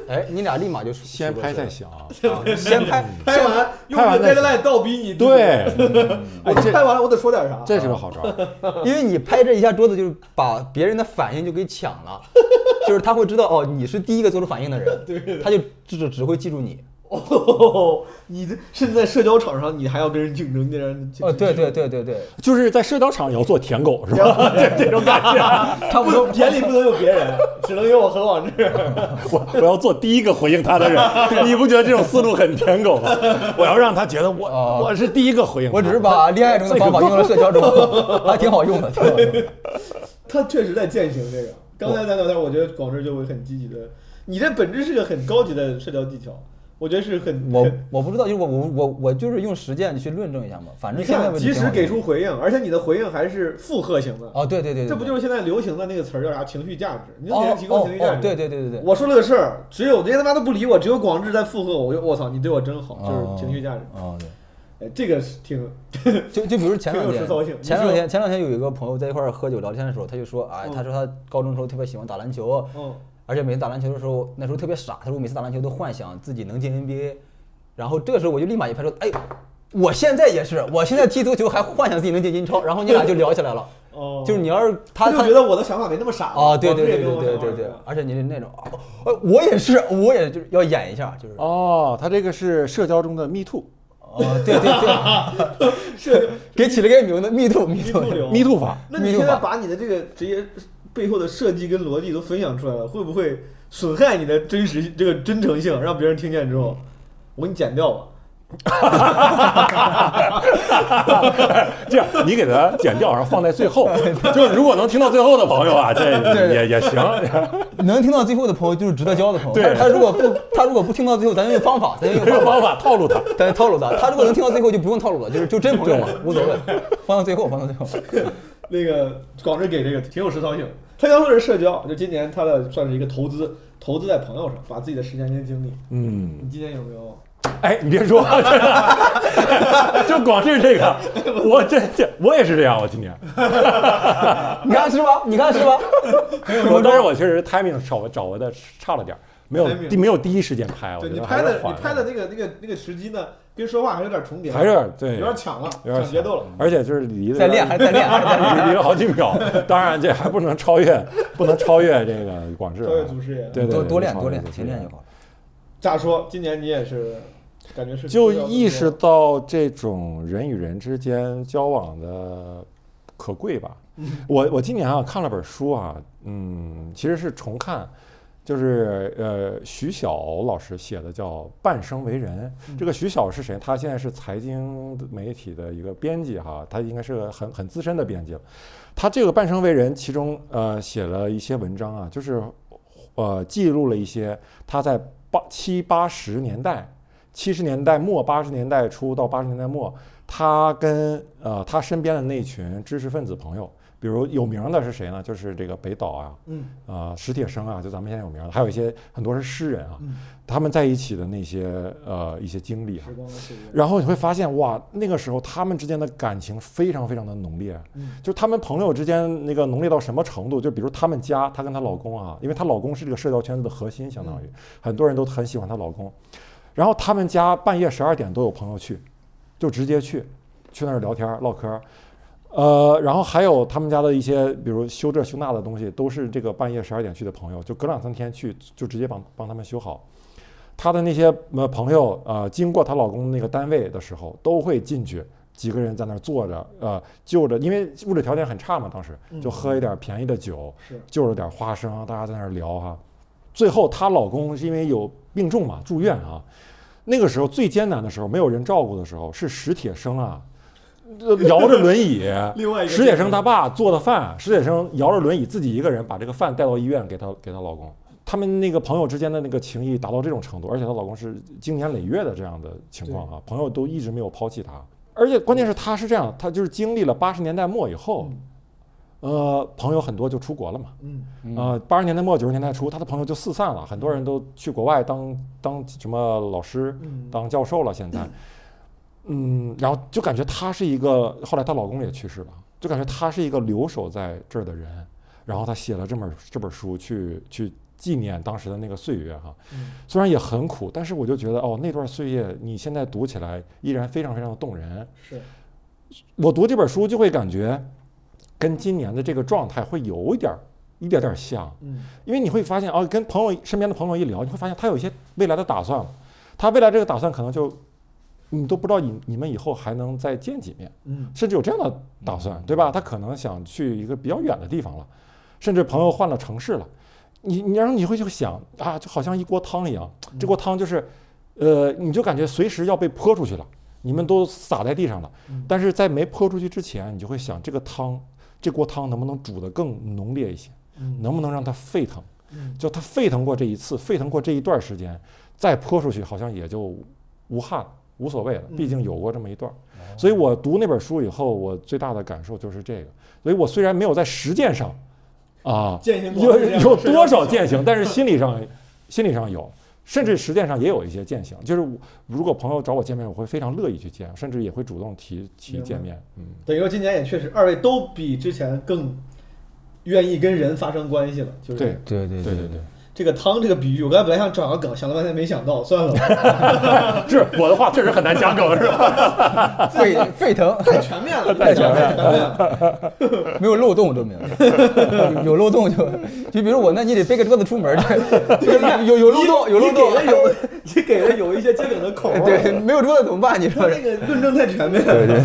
哎，你俩立马就熟
先拍再，想，
熟络起来了啊先 拍，
拍完用
拍
这
完
个
再
deadline 倒逼你，
对，
我
哎，
拍
这
完了我得说点啥？
这是个好招儿。
因为你拍这一下桌子，就是把别人的反应就给抢 了，就是他会知道哦，你是第一个做出反应的人，他就只只会记住你。
哦， 你这甚至在社交场上你还要跟人竞争，那让人竞
哦，对对对对对，
就是在社交场也要做舔狗是吧？这这种感觉，
差不多。
眼里不能有别人， 只能有我和王 志。
我我要做第一个回应他的人，你不觉得这种思路很 舔狗吗？我要让他觉得我
哦
我是第一个回应他。
我只是把恋爱中的方法用到了社交 中，还挺好用的，挺好用的。
他确实在践行这个。刚才咱聊天，我觉得广志就会很积极的，你这本质是个很高级的社交技巧，我觉得是很
我
很
我不知道，就是我我我我就是用实践去论证一下嘛。反
你
正现在
看
问题
及时给
挺好
出回应，而且你的回应还是附和型的
用的。哦，对对对对，
这不就是现在流行的那个词儿叫啥？情绪价值，你能给
哦
人提供情绪价
哦哦
值？
对对对对对
我说了个事儿，只有人家他妈都不理我，只有广志在附和我，我就我操，你对我真好，就是情绪价值。
哦，对。
哎，这个是挺，
就就比如前两
挺有
天
实操性，
前两
你
天前两天有一个朋友在一块儿喝酒聊天的时候，他就说，哎，他说他高中时候特别喜欢打篮球，
嗯，
而且每次打篮球的时候，那时候特别傻，他说我每次打篮球都幻想自己能进 NBA，然后这个时候我就立马一拍桌子，哎，我现在也是，我现在踢足球还幻想自己能进英超，然后你俩就聊起来了，
哦，
就是你要是他
他就
他
觉得我的想法没那么傻了
啊，对
广
对
志也跟
对对
我
对
想法
对
似
对
的，
而且你是那种，啊呃，我也是，我也就是要演一下，就是，
哦，他这个是社交中的 me too，me
哦，对对对，
是
给起了个名字，me too，me
迷
too，
途流
too 法。
那你现在把你的这个职业背后的设计跟逻辑都分享出来了，会不会损害你的真实这个真诚性？让别人听见之后，我给你剪掉吧。
哦
这样，你给它剪掉，然后放在最 后。就是如果能听到最后的朋友啊，这也也行。
能听到最后的朋友就是值得交的朋友。
对
但是他如果不，他如果不听到最后，咱就用方法，咱就用
这个
方法，
方法套路他。
咱就套路他。他如果能听到最后，就不用套路了，就是就真朋友嘛，无所谓，放到最后，放到最后。
那个广志给这个挺有实操性。他刚说的是社交，就今年他的算是一个投资，投资在朋友上，把自己的时间跟精力。
嗯，
你今年有没有？
哎，你别说， 真的，就光是这个，我这这我也是这样，我今年。
你看是吧？你看是吧？
啊我但是我确实 timing 找找我的差了点儿，没有
timing
第没有第一时间拍，我
对
觉
你
得
拍
还
的
是
你
缓了
拍的那个那个那个时机呢，跟说话还有点重叠，
还是有点对
有点抢了，
有点
抢节奏了。
而且就是离得
再练，还再练，还再练。
离离了好几秒。当然这还不能超越，不能超越这个广智啊，
超越祖师爷。
对对对，
多多练
不
多
能超越
练，
祖师
勤
爷
练就好了。
咋说？今年你也是，感觉是
就
社交
意识
更多
到这种人与人之间交往的可贵吧。 我我今年啊看了本书啊，嗯，其实是重看，就是呃徐晓老师写的叫《半生为人》。这个徐晓是谁？他现在是财经媒体的一个编辑哈，他应该是个很很资深的编辑了。他这个《半生为人》其中呃写了一些文章啊，就是呃记录了一些他在八七八十年代七十年代末、八十年代初到八十年代末，他跟呃他身边的那群知识分子朋友，比如有名的是谁呢？就是这个北岛啊，
嗯，
呃史铁生啊，就咱们现在有名的，还有一些很多是诗人啊，他们在一起的那些呃一些经历啊
时，光的岁月。
然后你会发现，哇，那个时候他们之间的感情非常非常的浓烈，就是他们朋友之间那个浓烈到什么程度？就比如他们家，她跟她老公啊，因为她老公是这个社交圈子的核心，相当于、很多人都很喜欢她老公。然后他们家半夜十二点都有朋友去，就直接去，去那儿聊天儿唠嗑儿。呃，然后还有他们家的一些，比如修这修那的东西，都是这个半夜十二点去的朋友，就隔两三天去，就直接帮帮他们修好。她的那些呃朋友呃，经过她老公那个单位的时候，都会进去，几个人在那儿坐着，呃，就着，因为物质条件很差嘛，当时就喝一点便宜的酒，
是。
就着点花生，大家在那儿聊哈、最后她老公是因为有病重嘛，住院啊。那个时候最艰难的时候，没有人照顾的时候，是史铁生啊，呃 摇着轮椅
另外一个
史铁生他爸做的饭，史铁生摇着轮椅自己一个人把这个饭带到医院给她给她老公。他们那个朋友之间的那个情谊达到这种程度，而且她老公是经年累月的这样的情况啊，朋友都一直没有抛弃她。而且关键是她是这样，她就是经历了八十年代末以后，呃，朋友很多就出国了嘛，
嗯，
呃，八十年代末九十年代初，他的朋友就四散了，很多人都去国外当当什么老师、当教授了。现在，嗯，然后就感觉她是一个，后来她老公也去世了，就感觉她是一个留守在这儿的人。然后她写了这本这本书去去纪念当时的那个岁月哈、虽然也很苦，但是我就觉得哦，那段岁月你现在读起来依然非常非常的动人。
是
我读这本书就会感觉跟今年的这个状态会有一点儿一点点儿像，
嗯，
因为你会发现哦，跟朋友身边的朋友一聊，你会发现他有一些未来的打算了，他未来这个打算可能就你都不知道你你们以后还能再见几面，
嗯，
甚至有这样的打算，对吧？他可能想去一个比较远的地方了，甚至朋友换了城市了，你你然后你会就想啊，就好像一锅汤一样，这锅汤就是，呃，你就感觉随时要被泼出去了，你们都洒在地上了，但是在没泼出去之前，你就会想这个汤，这锅汤能不能煮得更浓烈一些，能不能让它沸腾？就它沸腾过这一次，沸腾过这一段时间，再泼出去好像也就无憾了，无所谓了，毕竟有过这么一段儿。所以我读那本书以后，我最大的感受就是这个。所以我虽然没有在实践上啊
践行广
有
是这样
有
是这样
多少践行，但是心理上心理上有，甚至实践上也有一些践行。就是我如果朋友找我见面，我会非常乐意去见，甚至也会主动提提
明白
见面。嗯，
等于说今年也确实，二位都比之前更愿意跟人发生关系了，就是
对
对对
对
对
对。
这个汤这个比喻，我刚才本来想找个梗，想了半天没想到，算了吧，
是我的话确实很难讲梗，是吧？
沸沸腾，
太 全面了，太全面了，
没有漏洞证明，有 漏洞就就比如我，那你得背个桌子出门去，这 个有有漏洞，有漏
你给了
洞，
有，你给了有一些接梗的口儿，
哦
对， 没有桌子怎么办？你说
他这个论证太全面了，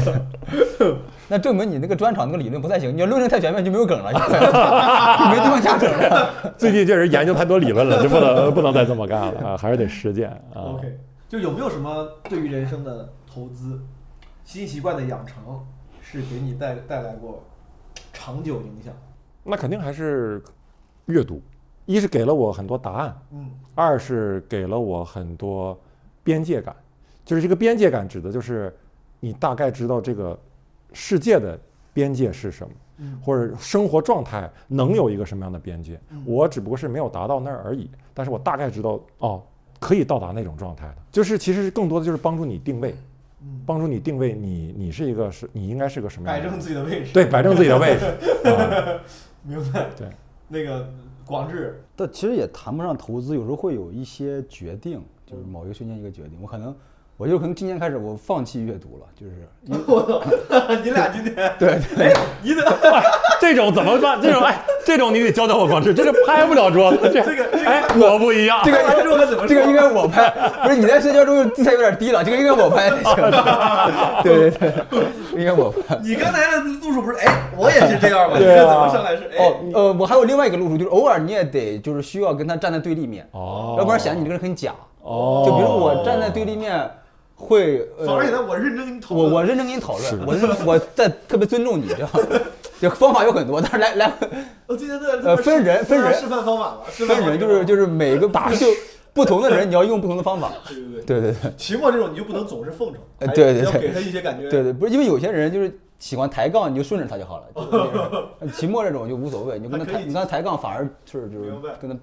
那证明你那个专场那个理论不太行，你要论证太全面就没 有梗了，就没地方加梗了。
最近确实研究太多理论了，就不能不能再这么干了啊，还是得实践啊。
OK，就有没有什么对于人生的投资、新习惯的养成，是给你带带来过长久影响？
那肯定还是阅读，一是给了我很多答案，
嗯
二是给了我很多边界感，就是这个边界感指的就是你大概知道这个世界的边界是什么，
嗯
或者生活状态能有一个什么样的边界。我只不过是没有达到那儿而已，但是我大概知道哦，可以到达那种状态的。就是其实更多的就是帮助你定位，
嗯，
帮助你定位你你是一个是你应该是个
嗯
什么样
摆
的人，
正自己的位置。，
对摆正自己的位置。啊
明白。
对，
那个广志，
但其实也谈不上投资，有时候会有一些决定，就是某一个瞬间一个决定。我可能，我就可能今年开始我放弃阅读了，就是
我操， 你俩今天
对
哎，你怎么
哎， 这种怎么办？这种哎，这种你得教教我广志，这是拍不了桌子。这
这个这个
哎，我不一样。
这
哎
个
这个怎么说
这个应该我拍，不是你在社交中姿态有点低了，这个应该我拍才行。对对对，应该我拍。哦
你刚才的路数不是？哎，我也是这 样吧？你
对啊
这怎么上来是？哎，
哦，呃，我还有另外一个路数，就是偶尔你也得就是需要跟他站在对立面，
哦
要不然显得你这个人很假。
哦
就比如我站在对立面会，呃
反而显得我认真跟你讨
我
论。
我认真跟你讨论，我认我在特别尊重你，这样，这方法有很多，但是来 来
我哦今天在
呃分人分人
示范方法了，示范
分人就是就是每个打 就不同的人你要用不同的方法，
对对对。
对对对
期末这种你就不能总是奉承，
呃
还
对对
要
对
给他一些感觉。
对对，不是因为有些人就是喜欢抬杠，你就顺着他就好了 就是。秦末这种就无所谓，你就跟他
还
抬，
可以
你跟他抬杠反而是就是
明白
跟他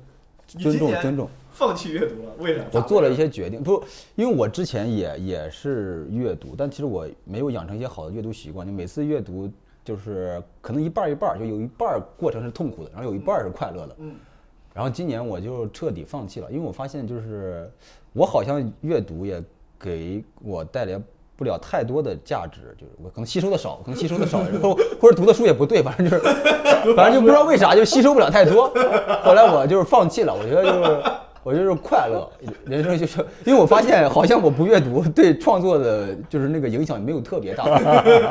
你
尊
今
重
年
尊重。
放弃阅读了，为啥？
我做了一些决定，不，因为我之前也也是阅读，但其实我没有养成一些好的阅读习惯。就每次阅读，就是可能一半儿一半儿，就有一半儿过程是痛苦的，然后有一半儿是快乐的。
嗯，
然后今年我就彻底放弃了，因为我发现就是我好像阅读也给我带来不了太多的价值，就是我可能吸收的少，可能吸收的少，然后或者读的书也不对，反正就是 反正就不知道为啥就吸收不了太多。后来我就是放弃了，我觉得就是。我就是快乐， 人生就是因为我发现好像我不阅读对创作的就是那个影响没有特别大，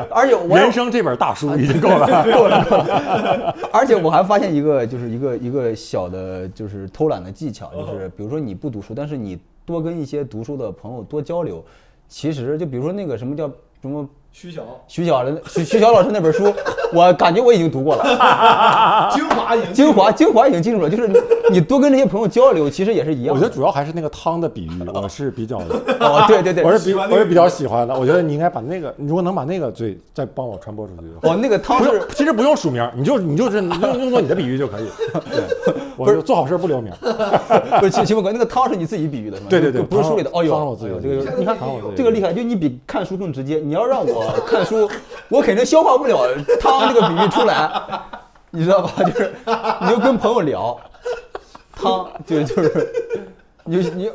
而且我
人生这本大书已 经够了。
够了，够 了。而且我还发现一个，就是一个一个小的，就是偷懒的技巧，
哦
就是比如说你不读书，但是你多跟一些读书的朋友多交流，其实就比如说那个什么叫什么。
虚小
徐小的徐徐小老师那本 书，我感觉我已经读过了，
精华已经
啊精华精华已经进入了，就是你你多跟这些朋友交流，其实也是一样的。
我觉得主要还是那个汤的比喻，我是比较，
哦，对对对，
我是比
喜欢那个
我是比较喜欢的。我觉得你应该把那个，你如果能把那个最再帮我传播出去 就好。
哦那个汤
不
是
是，其实不用署名，你就你就是用用作你的比喻就可以。对，我就做好事不留名。
不是秦秦文哥，那个汤是你自己比喻的是吗？
对对对，
就不是书里的。
汤
哦
汤是我
呦，哎
自己
呦
的
这个
你看，汤我自己的
这个厉害，就你比看书更直接。你要让我看书，我肯定消化不了汤这个比喻出来，你知道吧？ 就是你就跟朋友聊，汤就就是。你就你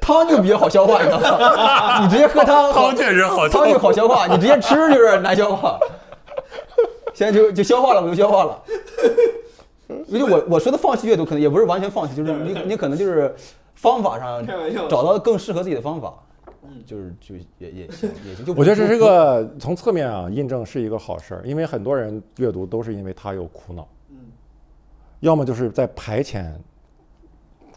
汤就比较好消化，你知道吗？你直接喝汤，汤确实好，汤就好消化，你直接吃就是 难消化。现在就就消化了，我就消化了。因为我我说的放弃阅读，可能也不是完全放弃，就是你你可能就是方法上
开玩笑嗯
找到更适合自己的方法，就是就也也行也行。就不
我觉得这是个从侧面啊印证是一个好事儿，因为很多人阅读都是因为他有苦恼，嗯，要么就是在排遣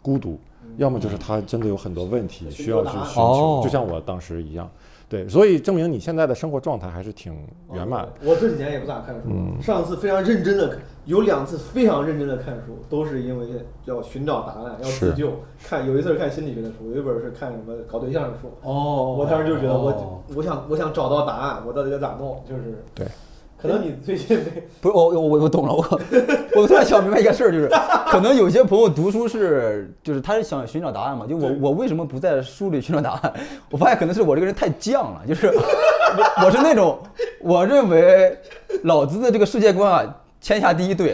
孤独，
嗯
要么就是他真的有很多问题需要去寻
哦
求，就像我当时一样，对，所以证明你现在的生活状态还是挺圆满
哦
的。
我这几年也不咋看书，
嗯
上次非常认真的，有两次非常认真的看书，都是因为要寻找答案，要自
是
救。看有一次是看心理学的书，有一本是看什么搞对象的书。
哦
我当时就觉得我、
哦
我想我想找到答案，我到底该咋弄？就是
对，
可能你最近没
不是我我我我懂了，我我突然想明白一个事儿，就是可能有些朋友读书是就是他是想寻找答案嘛，就我我为什么不在书里寻找答案？我发现可能是我这个人太犟了，就是 我我是那种我认为老子的这个世界观啊。天下第一对，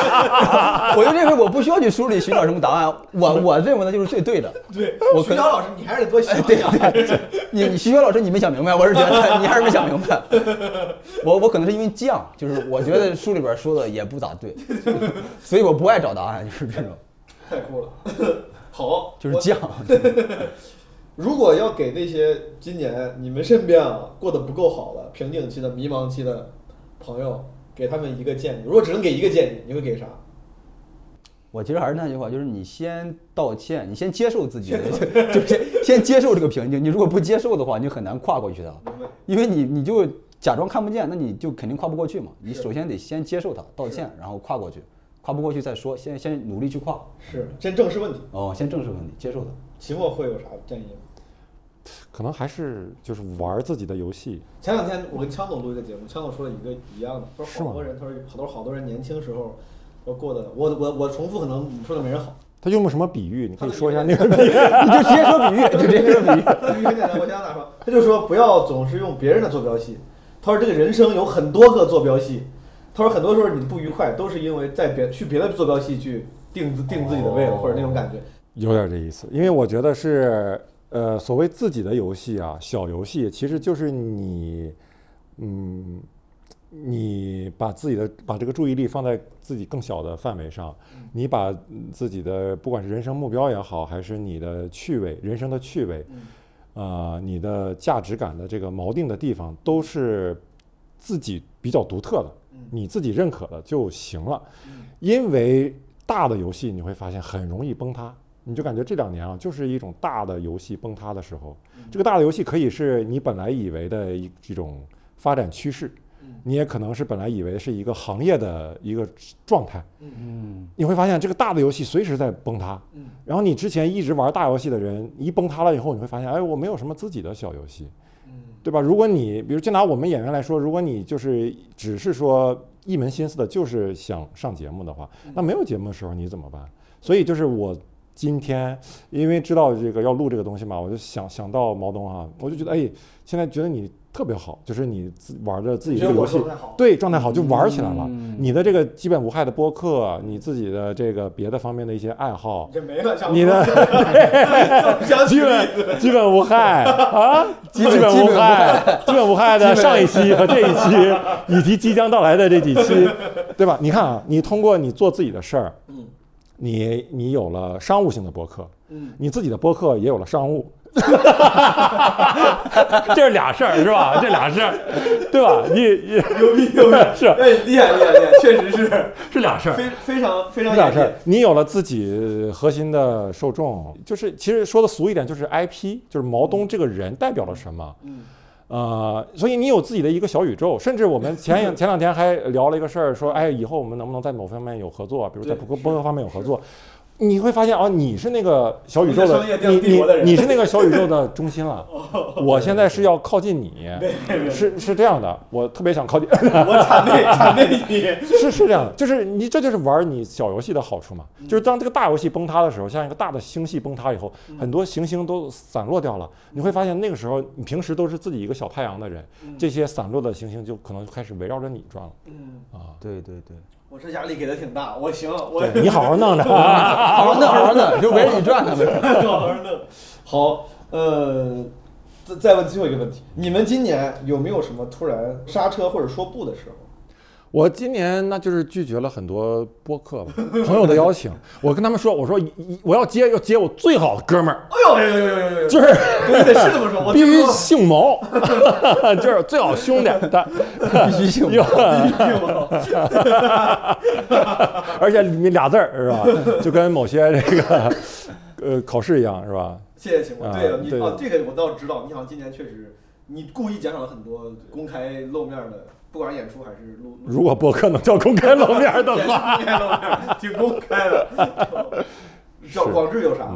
我就认为我不需要去书里寻找什么答案，我我认为那就是最对的。
对
我
徐
可能
阳老师，你还是得多想
哎，
想。
对对对，你你徐学老师你没想明白，我是觉得你还是没想明白。我我可能是因为犟，就是我觉得书里边说的也不咋对， 所以我不爱找答案，就是这种，
太酷了。 好，
就是
我
犟。
如果要给那些今年你们身边啊过得不够好的瓶颈期的、迷茫期的朋友，给他们一个建议，如果只能给一个建议，你会给啥？
我其实还是那句话，就是你先道歉，你先接受自己的， 就是先先接受这个瓶颈。你如果不接受的话，你就很难跨过去的
明白，
因为你你就假装看不见，那你就肯定跨不过去嘛。你首先得先接受它，道歉，然后跨过去，跨不过去再说，先先努力去跨。
是先正视问题。
哦，先正视问题，接受它。
秦墨会有啥建议吗？
可能还是就是玩自己的游戏，
前两天我跟枪总录一个节目，枪总说了一个一样的，他
是
说
吗
好多人，他说好多好多人年轻时候都过得，我我我重复可能说的没人好，
他用了什么比喻？你可 以 说一下那个比喻。
你就直接说比喻， 你就直接说比喻。
他就很简单，我想想咋说，他就说不要总是用别人的坐标系。他说这个人生有很多个坐标系，他说很多时候你不愉快都是因为在别去别的坐标系去定自定自己的位了，或者那种感觉。
有点这意思，因为我觉得是，呃，所谓自己的游戏啊，小游戏其实就是你，嗯，你把自己的把这个注意力放在自己更小的范围上，你把自己的不管是人生目标也好，还是你的趣味、人生的趣味，呃，你的价值感的这个锚定的地方，都是自己比较独特的，你自己认可的就行了。因为大的游戏你会发现很容易崩塌，你就感觉这两年啊，就是一种大的游戏崩塌的时候。这个大的游戏可以是你本来以为的一一种发展趋势，你也可能是本来以为是一个行业的一个状态。嗯，你会发现这个大的游戏随时在崩塌。嗯，然后你之前一直玩大游戏的人，一崩塌了以后，你会发现，哎，我没有什么自己的小游戏。对吧？如果你比如就拿我们演员来说，如果你就是只是说一门心思的就是想上节目的话，那没有节目的时候你怎么办？所以就是我今天因为知道这个要录这个东西嘛，我就想想到毛东啊，我就觉得哎，现在觉得你特别好，就是你自玩着自己这个游戏
觉得我状态好，
对状态好就玩起来了。你的这个基本无害的播客，啊你自己的这个别的方面的一些爱好，
这没了，想
你的
想
基
起
本 基本无害啊，
基本
本
基本无
害，基本无害的上一期和这一期， 以及即将到来的这几期，对吧？你看啊，你通过你做自己的事儿，你你有了商务性的播客，你自己的播客也有了商务， 这是俩事儿是吧？这俩事儿，对吧？你你
牛逼牛逼，
是
哎，厉害厉害厉害，确实是
是俩事儿，
非非常非常
这俩
严
事儿
谨，，
你有了自己核心的受众，就是其实说的俗一点，就是 IP，就是毛
嗯
东这个人代表了什么。嗯。呃，所以你有自己的一个小宇宙，甚至我们前 两前两天还聊了一个事儿，说，哎，以后我们能不能在某方面有合作，比如在播客播客方面有合作，你会发现哦，你是那个小宇宙
我
的
们是商业，帝
你
帝
你
国的人
你是那个小宇宙的中心了， 我现在是要靠近你，是是这样的，我特别想靠近，
我谄媚谄媚你，
是是这样的，就是你这就是玩你小游戏的好处嘛，
嗯
就是当这个大游戏崩塌的时候，像一个大的星系崩塌以后，
嗯
很多行星都散落掉了，你会发现那个时候你平时都是自己一个小太阳的人，
嗯
这些散落的行星就可能开始围绕着你转了
嗯
啊。
对对对，
我这压力给的挺大，我行，我
对你好好弄着啊，
好好弄好好 弄，就围着你 转他们。
好好弄。好，呃，再再问最后一个问题，你们今年有没有什么突然刹车或者说不的时候？
我今年那就是拒绝了很多播客吧朋友的邀 请，我跟他们说，我说一一我要接要接我最好的哥们儿，
哎呦哎呦哎呦哎呦哎呦！
就是。
对对是这么说，哦我
必
听
须
说
姓毛，就是最好兄弟，但必 须姓毛， 而且里面俩字儿是吧？就跟某些这个呃考试一样是吧？
谢谢秦博，对
啊
你
对
哦，这个我倒知道，你好像今年确实，你故意减少了很多公开露面的，不管是演出还是录，
如果播客能叫公开露面的
演出
话，
公开露面 挺公开的。叫广志有啥？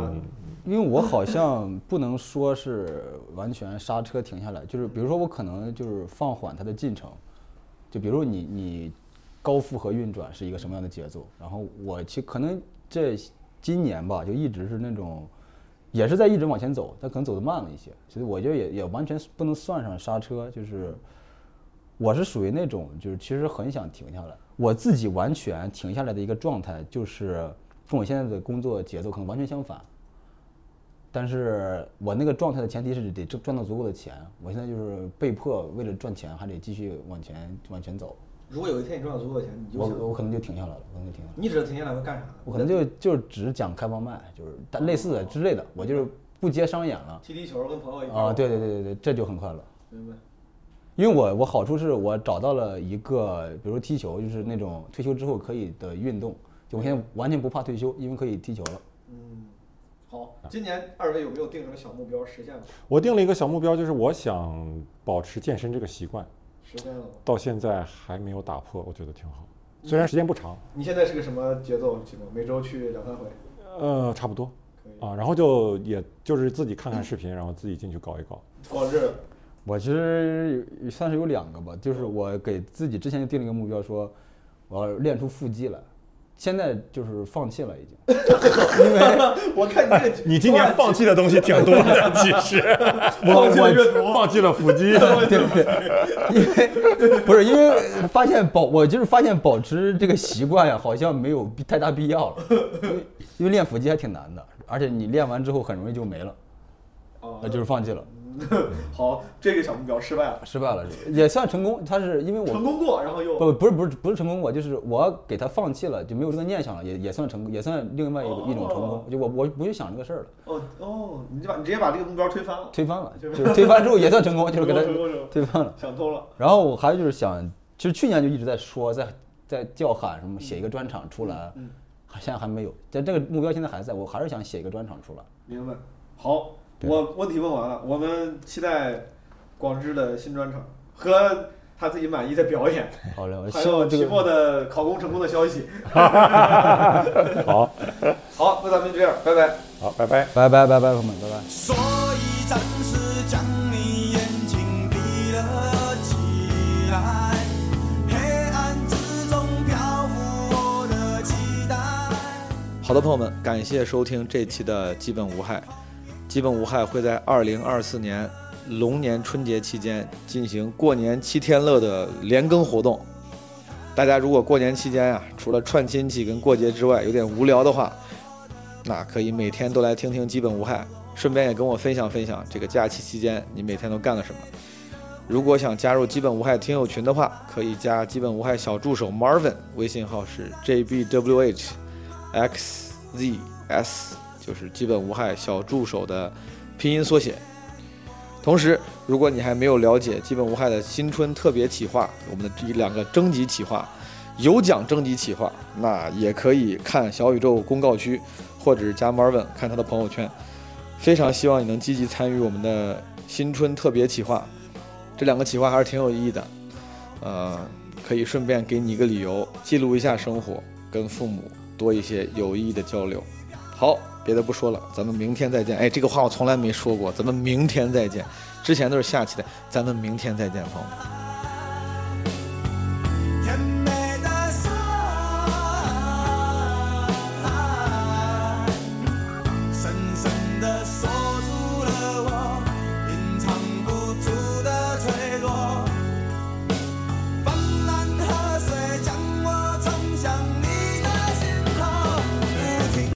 因为我好像不能说是完全刹车停下来， 就是比如说我可能就是放缓它的进程，就比如你你高负荷运转是一个什么样的节奏，然后我其可能这今年吧就一直是那种也是在一直往前走，但可能走得慢了一些，所以我觉得也也完全不能算上刹车，就是我是属于那种就是其实很想停下来，我自己完全停下来的一个状态就是跟我现在的工作节奏可能完全相反。但是我那个状态的前提是得赚赚到足够的钱，我现在就是被迫为了赚钱还得继续往前往前走，
如果有一天你赚到足够的钱，你就
我
想，
我可能就停下来了，我可能就停下来了，
你指着停下来会干啥呢？
我可能就就只讲开放麦，就是但类
哦
似的之类的，我就是不接商演了
踢踢球，跟朋友一块儿
啊，对对对对对，这就很快乐，
明白。
因为我我好处是我找到了一个，比如说踢球，就是那种退休之后可以的运动，就我现在完全不怕退休，因为可以踢球了。
嗯，好，今年二位有没有定什么小目标实现了？
我定了一个小目标，就是我想保持健身这个习惯，
实现了吗？
到现在还没有打破，我觉得挺好。虽然时间不长，
你现在是个什么节奏？秦博，每周去两三回，
呃，差不多
可以。
啊，然后就也就是自己看看视频，然后自己进去搞一搞。
广志
我其实有算是有两个吧，就是我给自己之前就定了一个目标，说我要练出腹肌来，现在就是放弃了已经。
我看你这，
你今年放弃的东西挺多的，其实
放弃了阅读
放弃了腹 肌。
对对对，因为不是因为发现保，我就是发现保持这个习惯呀，好像没有必太大必要了， 因为因为练腹肌还挺难的，而且你练完之后很容易就没了，
啊
那就是放弃了，
嗯 好，这个小目标失败了，
失败了是也算成功，它是因为我
成功过，然后又
不不是不是不是成功过，就是我给他放弃了，就没有这个念想了，也也算成功，也算另外一个、一种成
哦
功。就我我不去想这个事儿了，
哦哦，你就把你直接把这个目标推翻了，
推翻了，
就是
就是推翻之后也算 成功，就是给他
成功成功
推翻了。
想通了，
然后我还就是想，其实去年就一直在说，在在叫喊什么
嗯
写一个专场出来，还现在还没有，但这个目标现在还在，我还是想写一个专场出来。
明白。好，我问题问完了，我们期待广志的新专场和他自己满意的表演，
好 嘞，我
还
希
有
望这
期末
个
的考公成功的消息。
好，
好，那咱们就这样，拜拜。
好，拜拜。
拜拜拜拜，朋友们，拜拜。
所以暂时将你眼睛闭了起来，黑暗之中漂浮我的期待。
好的，朋友们，感谢收听这期的《基本无害》。基本无害会在二零二四年龙年春节期间进行过年七天乐的连更活动。大家如果过年期间啊，除了串亲戚跟过节之外，有点无聊的话，那可以每天都来听听《基本无害》，顺便也跟我分享分享这个假期期间你每天都干了什么。如果想加入基本无害听友群的话，可以加基本无害小助手 Marvin，微信号是 jbwh X ZS，就是基本无害小助手的拼音缩写。同时，如果你还没有了解基本无害的新春特别企划，我们的这一两个征集企划，有奖征集企划，那也可以看小宇宙公告区，或者加 Marvin 看他的朋友圈。非常希望你能积极参与我们的新春特别企划，这两个企划还是挺有意义的。呃，可以顺便给你一个理由，记录一下生活，跟父母多一些有意义的交流。好，别的不说了，咱们明天再见。哎，这个话我从来没说过，咱们明天再见。之前都是下期的，咱们明天再见，朋友们。